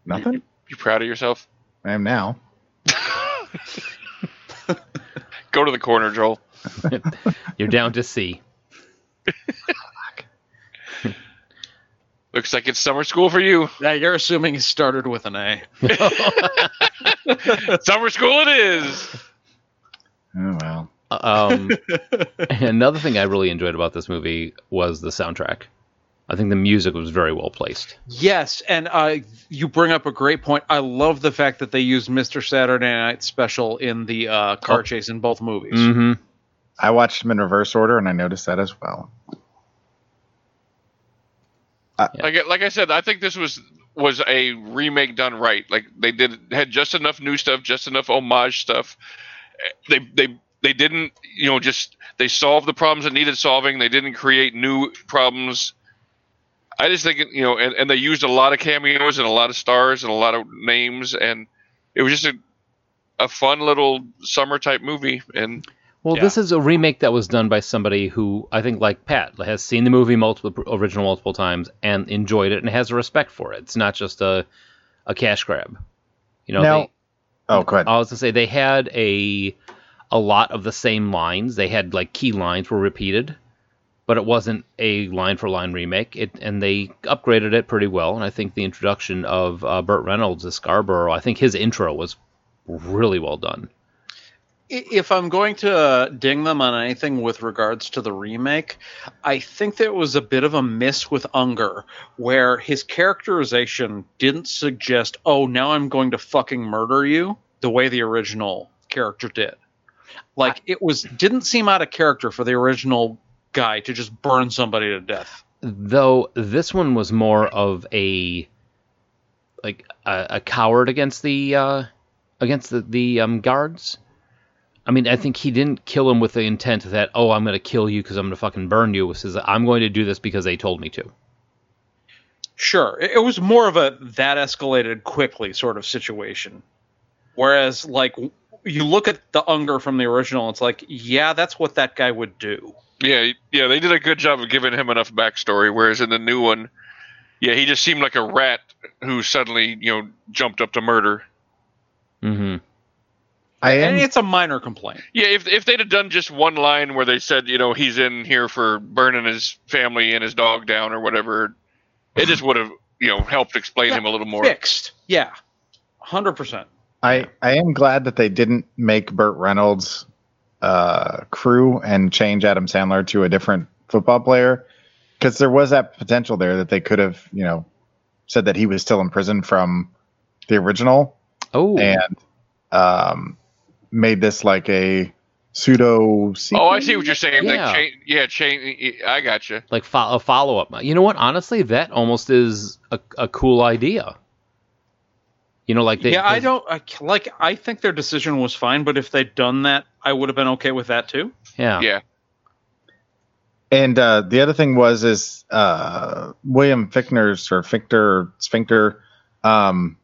Speaker 6: Nothing.
Speaker 7: You proud of yourself?
Speaker 6: I am now.
Speaker 7: Go to the corner, Joel.
Speaker 4: You're down to C.
Speaker 7: Looks like it's summer school for you.
Speaker 5: Yeah, you're assuming it started with an A.
Speaker 7: summer school it is.
Speaker 6: Oh well.
Speaker 4: Um, another thing I really enjoyed about this movie was the soundtrack. I think the music was very well placed.
Speaker 5: Yes, and uh, you bring up a great point. I love the fact that they used Mr. Saturday Night Special in the uh, car
Speaker 4: Oh.
Speaker 5: chase in both movies.
Speaker 4: Mm-hmm.
Speaker 6: I watched them in reverse order, and I noticed that as well.
Speaker 7: Like I- like I said, I think this was was a remake done right. Like they did had just enough new stuff, just enough homage stuff. They they they didn't you know just they solved the problems that needed solving. They didn't create new problems. I just think you know, and, and they used a lot of cameos and a lot of stars and a lot of names, and it was just a a fun little summer type movie. And
Speaker 4: Well,
Speaker 5: Yeah.
Speaker 4: this is a remake that was done by somebody who I think, like Pat, has seen the movie multiple original multiple times and enjoyed it and has a respect for it. It's not just a a cash grab. You know,
Speaker 6: Now-
Speaker 4: they,
Speaker 6: Oh, go ahead.
Speaker 4: I was gonna say they had a a lot of the same lines. They had like key lines were repeated, but it wasn't a line for line remake. It and they upgraded it pretty well. And I think the introduction of uh, Burt Reynolds as Scarborough, I think his intro was really well done.
Speaker 5: I- If I'm going to uh, ding them on anything with regards to the remake, I think there was a bit of a miss with Unger, where his characterization didn't suggest, "Oh, now I'm going to fucking murder you," the way the original character did. Like it was didn't seem out of character for the original guy to just burn somebody to death.
Speaker 4: Though this one was more of a like a, a coward against the uh, against the, the um, guards. I mean, I think he didn't kill him with the intent that, oh, I'm going to kill you because I'm going to fucking burn you. It says, I'm going to do this because they told me to.
Speaker 5: Sure. It, it was more of a that escalated quickly sort of situation. Whereas, like, w- you look at the Unger from the original, it's like, yeah, that's what that guy would do.
Speaker 7: yeah, yeah, they did a good job of giving him enough backstory. Whereas in the new one, yeah, he just seemed like a rat who suddenly you know jumped up to murder.
Speaker 4: hmm
Speaker 6: I
Speaker 5: And
Speaker 6: am.
Speaker 5: it's a minor complaint.
Speaker 7: Yeah, if if they'd have done just one line where they said, you know, he's in here for burning his family and his dog down or whatever, it just would have, you know, helped explain him a little more.
Speaker 5: Fixed. Yeah. 100%.
Speaker 6: I I am glad that they didn't make Burt Reynolds uh, crew and change Adam Sandler to a different football player because there was that potential there that they could have you know said that he was still in prison from the original
Speaker 4: Oh,
Speaker 6: and um, made this like a pseudo.
Speaker 7: Oh, I see what you're saying. Yeah,
Speaker 4: Yeah.
Speaker 7: like, chain, yeah, chain. I got you.
Speaker 4: like fo- a follow up. You know what? Honestly, that almost is a, a cool idea. You know, like they,
Speaker 5: yeah, I
Speaker 4: they-
Speaker 5: don't I, c- like. I think their decision was fine, but if they'd done that, I would have been okay with that too.
Speaker 4: Yeah,
Speaker 7: Yeah,
Speaker 6: And uh, the other thing was is uh, William Fickner's or Fichter or Sphincter. Um,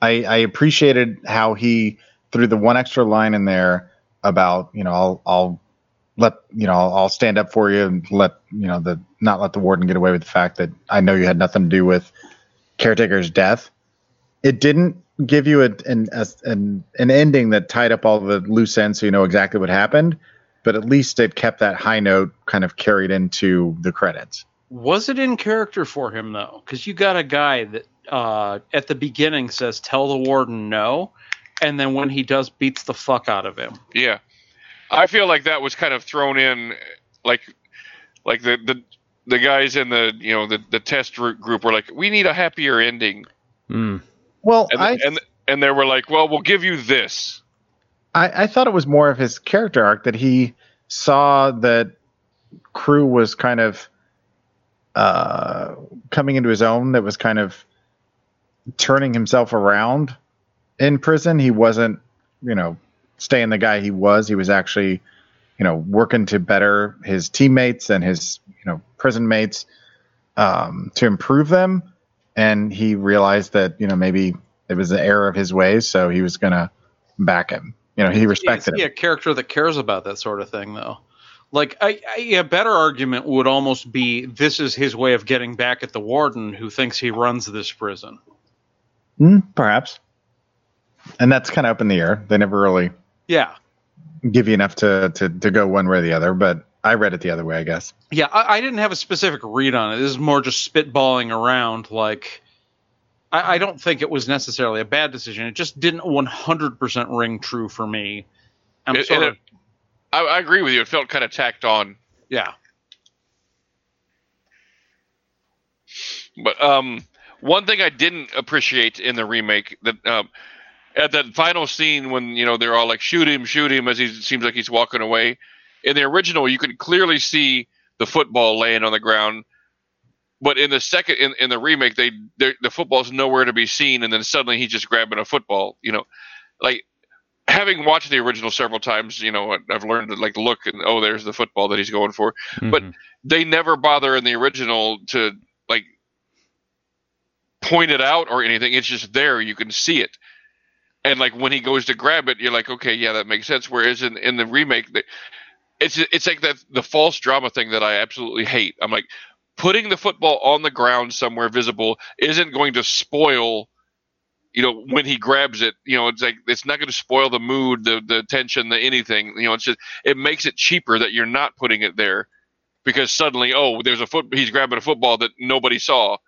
Speaker 6: I, I appreciated how he threw the one extra line in there about you know I'll I'll let you know I'll, I'll stand up for you and let you know the not let the warden get away with the fact that I know you had nothing to do with caretaker's death. It didn't give you a, an a, an an ending that tied up all the loose ends so you know exactly what happened, but at least it kept that high note kind of carried into the credits.
Speaker 5: Was it in character for him though? Because you got a guy that uh, at the beginning says, "Tell the warden no," and then when he does, beats the fuck out of him.
Speaker 7: Yeah, I feel like that was kind of thrown in, like, like the the the guys in the you know the the test group group were like, we need a happier ending,
Speaker 4: Hmm.
Speaker 6: Well,
Speaker 7: and
Speaker 6: I,
Speaker 7: and and they were like, well, we'll give you this.
Speaker 6: I I thought it was more of his character arc that he saw that crew was kind of uh, coming into his own. That was kind of turning himself around in prison. He wasn't, you know, staying the guy he was. He was actually, you know, working to better his teammates and his, you know, prison mates um, to improve them. And he realized that, you know, maybe it was the error of his ways, so he was going to back him. You know, he respected
Speaker 5: Is he
Speaker 6: him.
Speaker 5: a character that cares about that sort of thing though? Like I, I, a better argument would almost be this is his way of getting back at the warden who thinks he runs this prison.
Speaker 6: Hmm, perhaps. And that's kind of up in the air. They never really
Speaker 5: Yeah,
Speaker 6: give you enough to, to, to go one way or the other, but I read it the other way, I guess.
Speaker 5: yeah. I, I didn't have a specific read on it. This is more just spitballing around. Like I, I don't think it was necessarily a bad decision. It just didn't 100% ring true for me. I'm
Speaker 7: It-
Speaker 5: sort
Speaker 7: it-
Speaker 5: of
Speaker 7: I, I agree with you. It felt kind of tacked on,
Speaker 5: yeah.
Speaker 7: but um, one thing I didn't appreciate in the remake that um, at that final scene when you know they're all like shoot him, shoot him as he seems like he's walking away. In the original, you can clearly see the football laying on the ground, but in the second in, in the remake, they they're- the football's nowhere to be seen, and then suddenly he's just grabbing a football. You know, like having watched the original several times, you know, I've learned to like look and oh, there's the football that he's going for. But-
Speaker 4: Mhm.
Speaker 7: they never bother in the original to like point it out or anything. It's just there. You can see it. And like when he goes to grab it, you're like, okay, yeah, that makes sense. Whereas in, in the remake, they- it's it's like that the false drama thing that I absolutely hate. I'm like, putting the football on the ground somewhere visible isn't going to spoil, you know, when he grabs it. You know, it's like it's not going to spoil the mood, the the tension, the anything. You know, it's just it makes it cheaper that you're not putting it there because suddenly, oh, there's a foot. He's grabbing a football that nobody saw.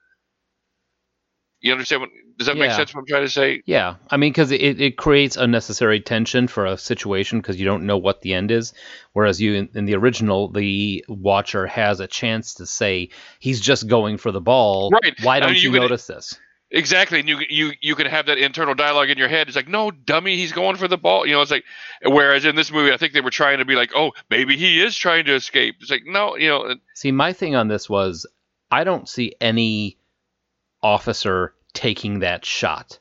Speaker 7: You understand? What, does that make
Speaker 4: Yeah.
Speaker 7: sense? What I'm trying to say?
Speaker 4: Yeah, I mean, because it, it creates unnecessary tension for a situation because you don't know what the end is. Whereas you in, in the original, the watcher has a chance to say he's just going for the ball.
Speaker 7: Right.
Speaker 4: Why
Speaker 7: I
Speaker 4: don't
Speaker 7: mean,
Speaker 4: you,
Speaker 7: you could-
Speaker 4: notice this?
Speaker 7: Exactly. And you you you can have that internal dialogue in your head. It's like, no, dummy, he's going for the ball. You know, it's like. Whereas in this movie, I think they were trying to be like, oh, maybe he is trying to escape. It's like, no, you know,
Speaker 4: See, my thing on this was I don't see any officer taking that shot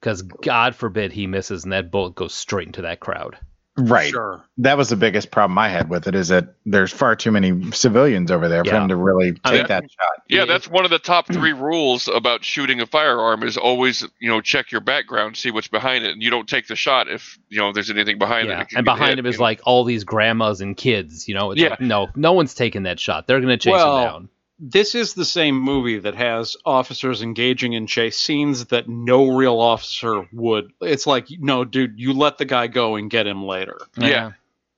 Speaker 4: because God forbid he misses and that bullet goes straight into that crowd.
Speaker 6: Right.
Speaker 5: Sure.
Speaker 6: That was the biggest problem I had with it is that there's far too many civilians over there for
Speaker 4: Yeah.
Speaker 6: him to really take
Speaker 4: I mean-
Speaker 6: that shot.
Speaker 7: yeah,
Speaker 4: Yeah.
Speaker 7: that's one of the top three rules about shooting a firearm is always, you know, check your background, see what's behind it, and you don't take the shot if you know there's anything behind it.
Speaker 4: yeah.
Speaker 7: it. can
Speaker 4: And
Speaker 7: get hit,
Speaker 4: behind him
Speaker 7: you
Speaker 4: is
Speaker 7: know.
Speaker 4: like all these grandmas and kids. You know, it's
Speaker 7: Yeah.
Speaker 4: like, no, no one's taking that shot. They're going to chase
Speaker 5: Well,
Speaker 4: him down.
Speaker 5: this is the same movie that has officers engaging in chase scenes that no real officer would. It's like, no, dude, you let the guy go and get him later.
Speaker 7: yeah.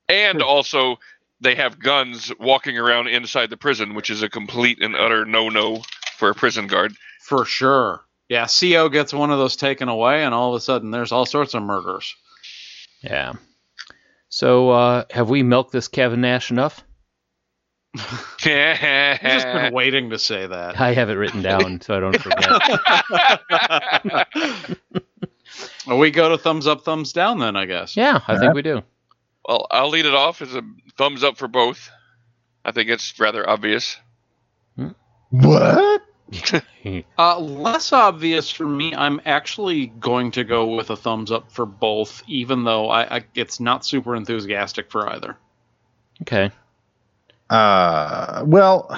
Speaker 7: and also they have guns walking around inside the prison, which is a complete and utter no-no for a prison guard.
Speaker 5: For sure. Yeah, CO gets one of those taken away, and all of a sudden there's all sorts of murders.
Speaker 4: Yeah. So uh, have we milked this Kevin Nash enough?
Speaker 5: I've just been waiting to say that.
Speaker 4: I have it written down so I don't forget.
Speaker 5: Well, we go to thumbs up, thumbs down, then, I guess.
Speaker 4: yeah, I think we do.
Speaker 7: well, I'll lead it off as a thumbs up for both. I think it's rather obvious.
Speaker 6: What?
Speaker 5: Uh, less obvious for me. I'm actually going to go with a thumbs up for both, even though I, I it's not super enthusiastic for either.
Speaker 4: Okay.
Speaker 6: Uh, well,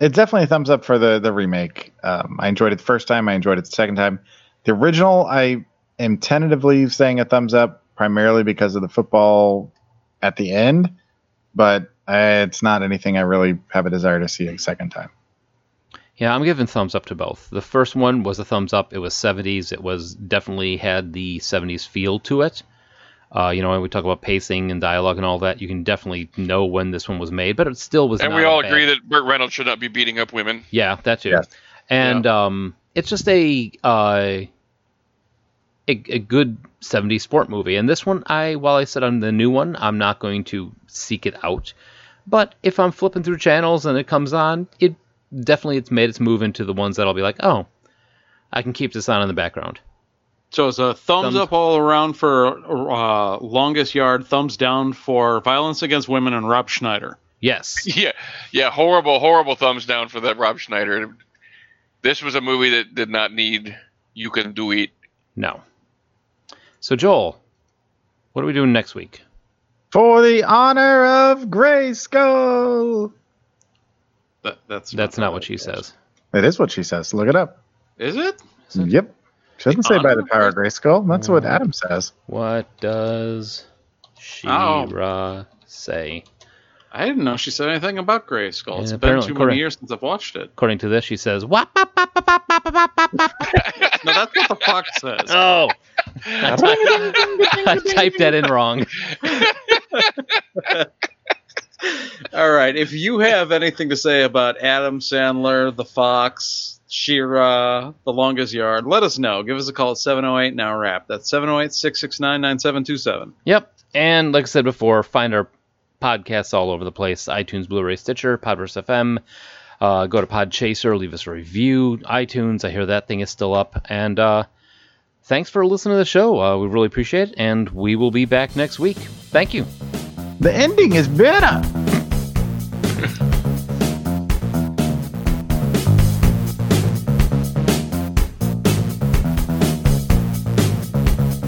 Speaker 6: it's definitely a thumbs up for the the remake. Um, I enjoyed it the first time. I enjoyed it the second time. The original, I am tentatively saying a thumbs up primarily because of the football at the end, but uh, it's not anything I really have a desire to see a second time.
Speaker 4: Yeah, I'm giving thumbs up to both. The first one was a thumbs up. It was 70s. It was definitely had the 70s feel to it. Uh, you know, when we talk about pacing and dialogue and all that, you can definitely know when this one was made, but it still was.
Speaker 7: And
Speaker 4: not
Speaker 7: we
Speaker 4: a
Speaker 7: all
Speaker 4: bad-
Speaker 7: agree that Burt Reynolds should not be beating up women.
Speaker 4: Yeah, that too.
Speaker 6: Yes.
Speaker 4: And um, it's just a, uh, a a good 70s sport movie. And this one, I while I said I'm the new one, I'm not going to seek it out. But if I'm flipping through channels and it comes on, it definitely it's made its move into the ones that I'll be like, oh, I can keep this on in the background.
Speaker 5: So it's a thumbs,
Speaker 4: Thumbs-
Speaker 5: up all around for uh, longest yard, thumbs down for violence against women and Rob Schneider.
Speaker 4: Yes.
Speaker 7: Yeah, yeah, horrible, horrible thumbs down for that Rob Schneider. This was a movie that did not need you can do it.
Speaker 4: No. So Joel, what are we doing next week?
Speaker 6: For the honor of Grayskull.
Speaker 5: That, that's
Speaker 4: That's not what she says.
Speaker 6: That is what she says. Look it up.
Speaker 5: Is it?
Speaker 6: Yep. She doesn't say by
Speaker 5: honor
Speaker 6: the
Speaker 5: of Mm.
Speaker 6: power of Grayskull. That's what Adam says.
Speaker 4: What does
Speaker 5: Oh.
Speaker 4: Shira say?
Speaker 5: I didn't know she said anything about Gray Skull. It's
Speaker 4: Yeah,
Speaker 5: been
Speaker 4: apparently-
Speaker 5: too
Speaker 4: correct.
Speaker 5: many years since I've watched it.
Speaker 4: According to this, she says, "Wop, bop, bop, bop, bop, bop, bop, bop, bop, bop."
Speaker 5: No, that's what the fox says.
Speaker 4: Oh, I typed that in wrong.
Speaker 5: All right. If you have anything to say about Adam Sandler, The Fox, Shira, The Longest Yard, let us know. Give us a call at 708 Now Rap. That's 708 669 9727.
Speaker 4: Yep. And like I said before, find our podcasts all over the place iTunes, Blu ray, Stitcher, Podverse FM. Uh, go to Podchaser, leave us a review. iTunes, I hear that thing is still up. And uh, thanks for listening to the show. Uh, we really appreciate it. And we will be back next week. Thank you.
Speaker 6: The ending is better.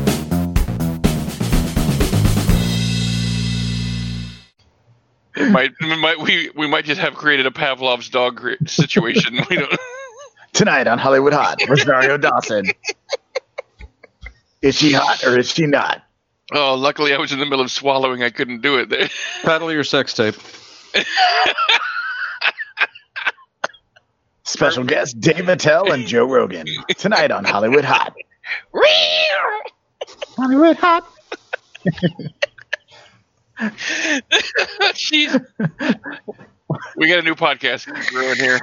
Speaker 7: might, might we we might just have created a Pavlov's dog cre- situation. we don't.
Speaker 6: Tonight on Hollywood Hot, Rosario Dawson. Is she hot or is she not?
Speaker 7: Oh, luckily I was in the middle of swallowing. I couldn't do it. There.
Speaker 5: Paddle your sex tape.
Speaker 6: Special guest Dave Attell and Joe Rogan. Tonight on Hollywood Hot. Hollywood Hot.
Speaker 7: Jeez. we got a new podcast brewing here.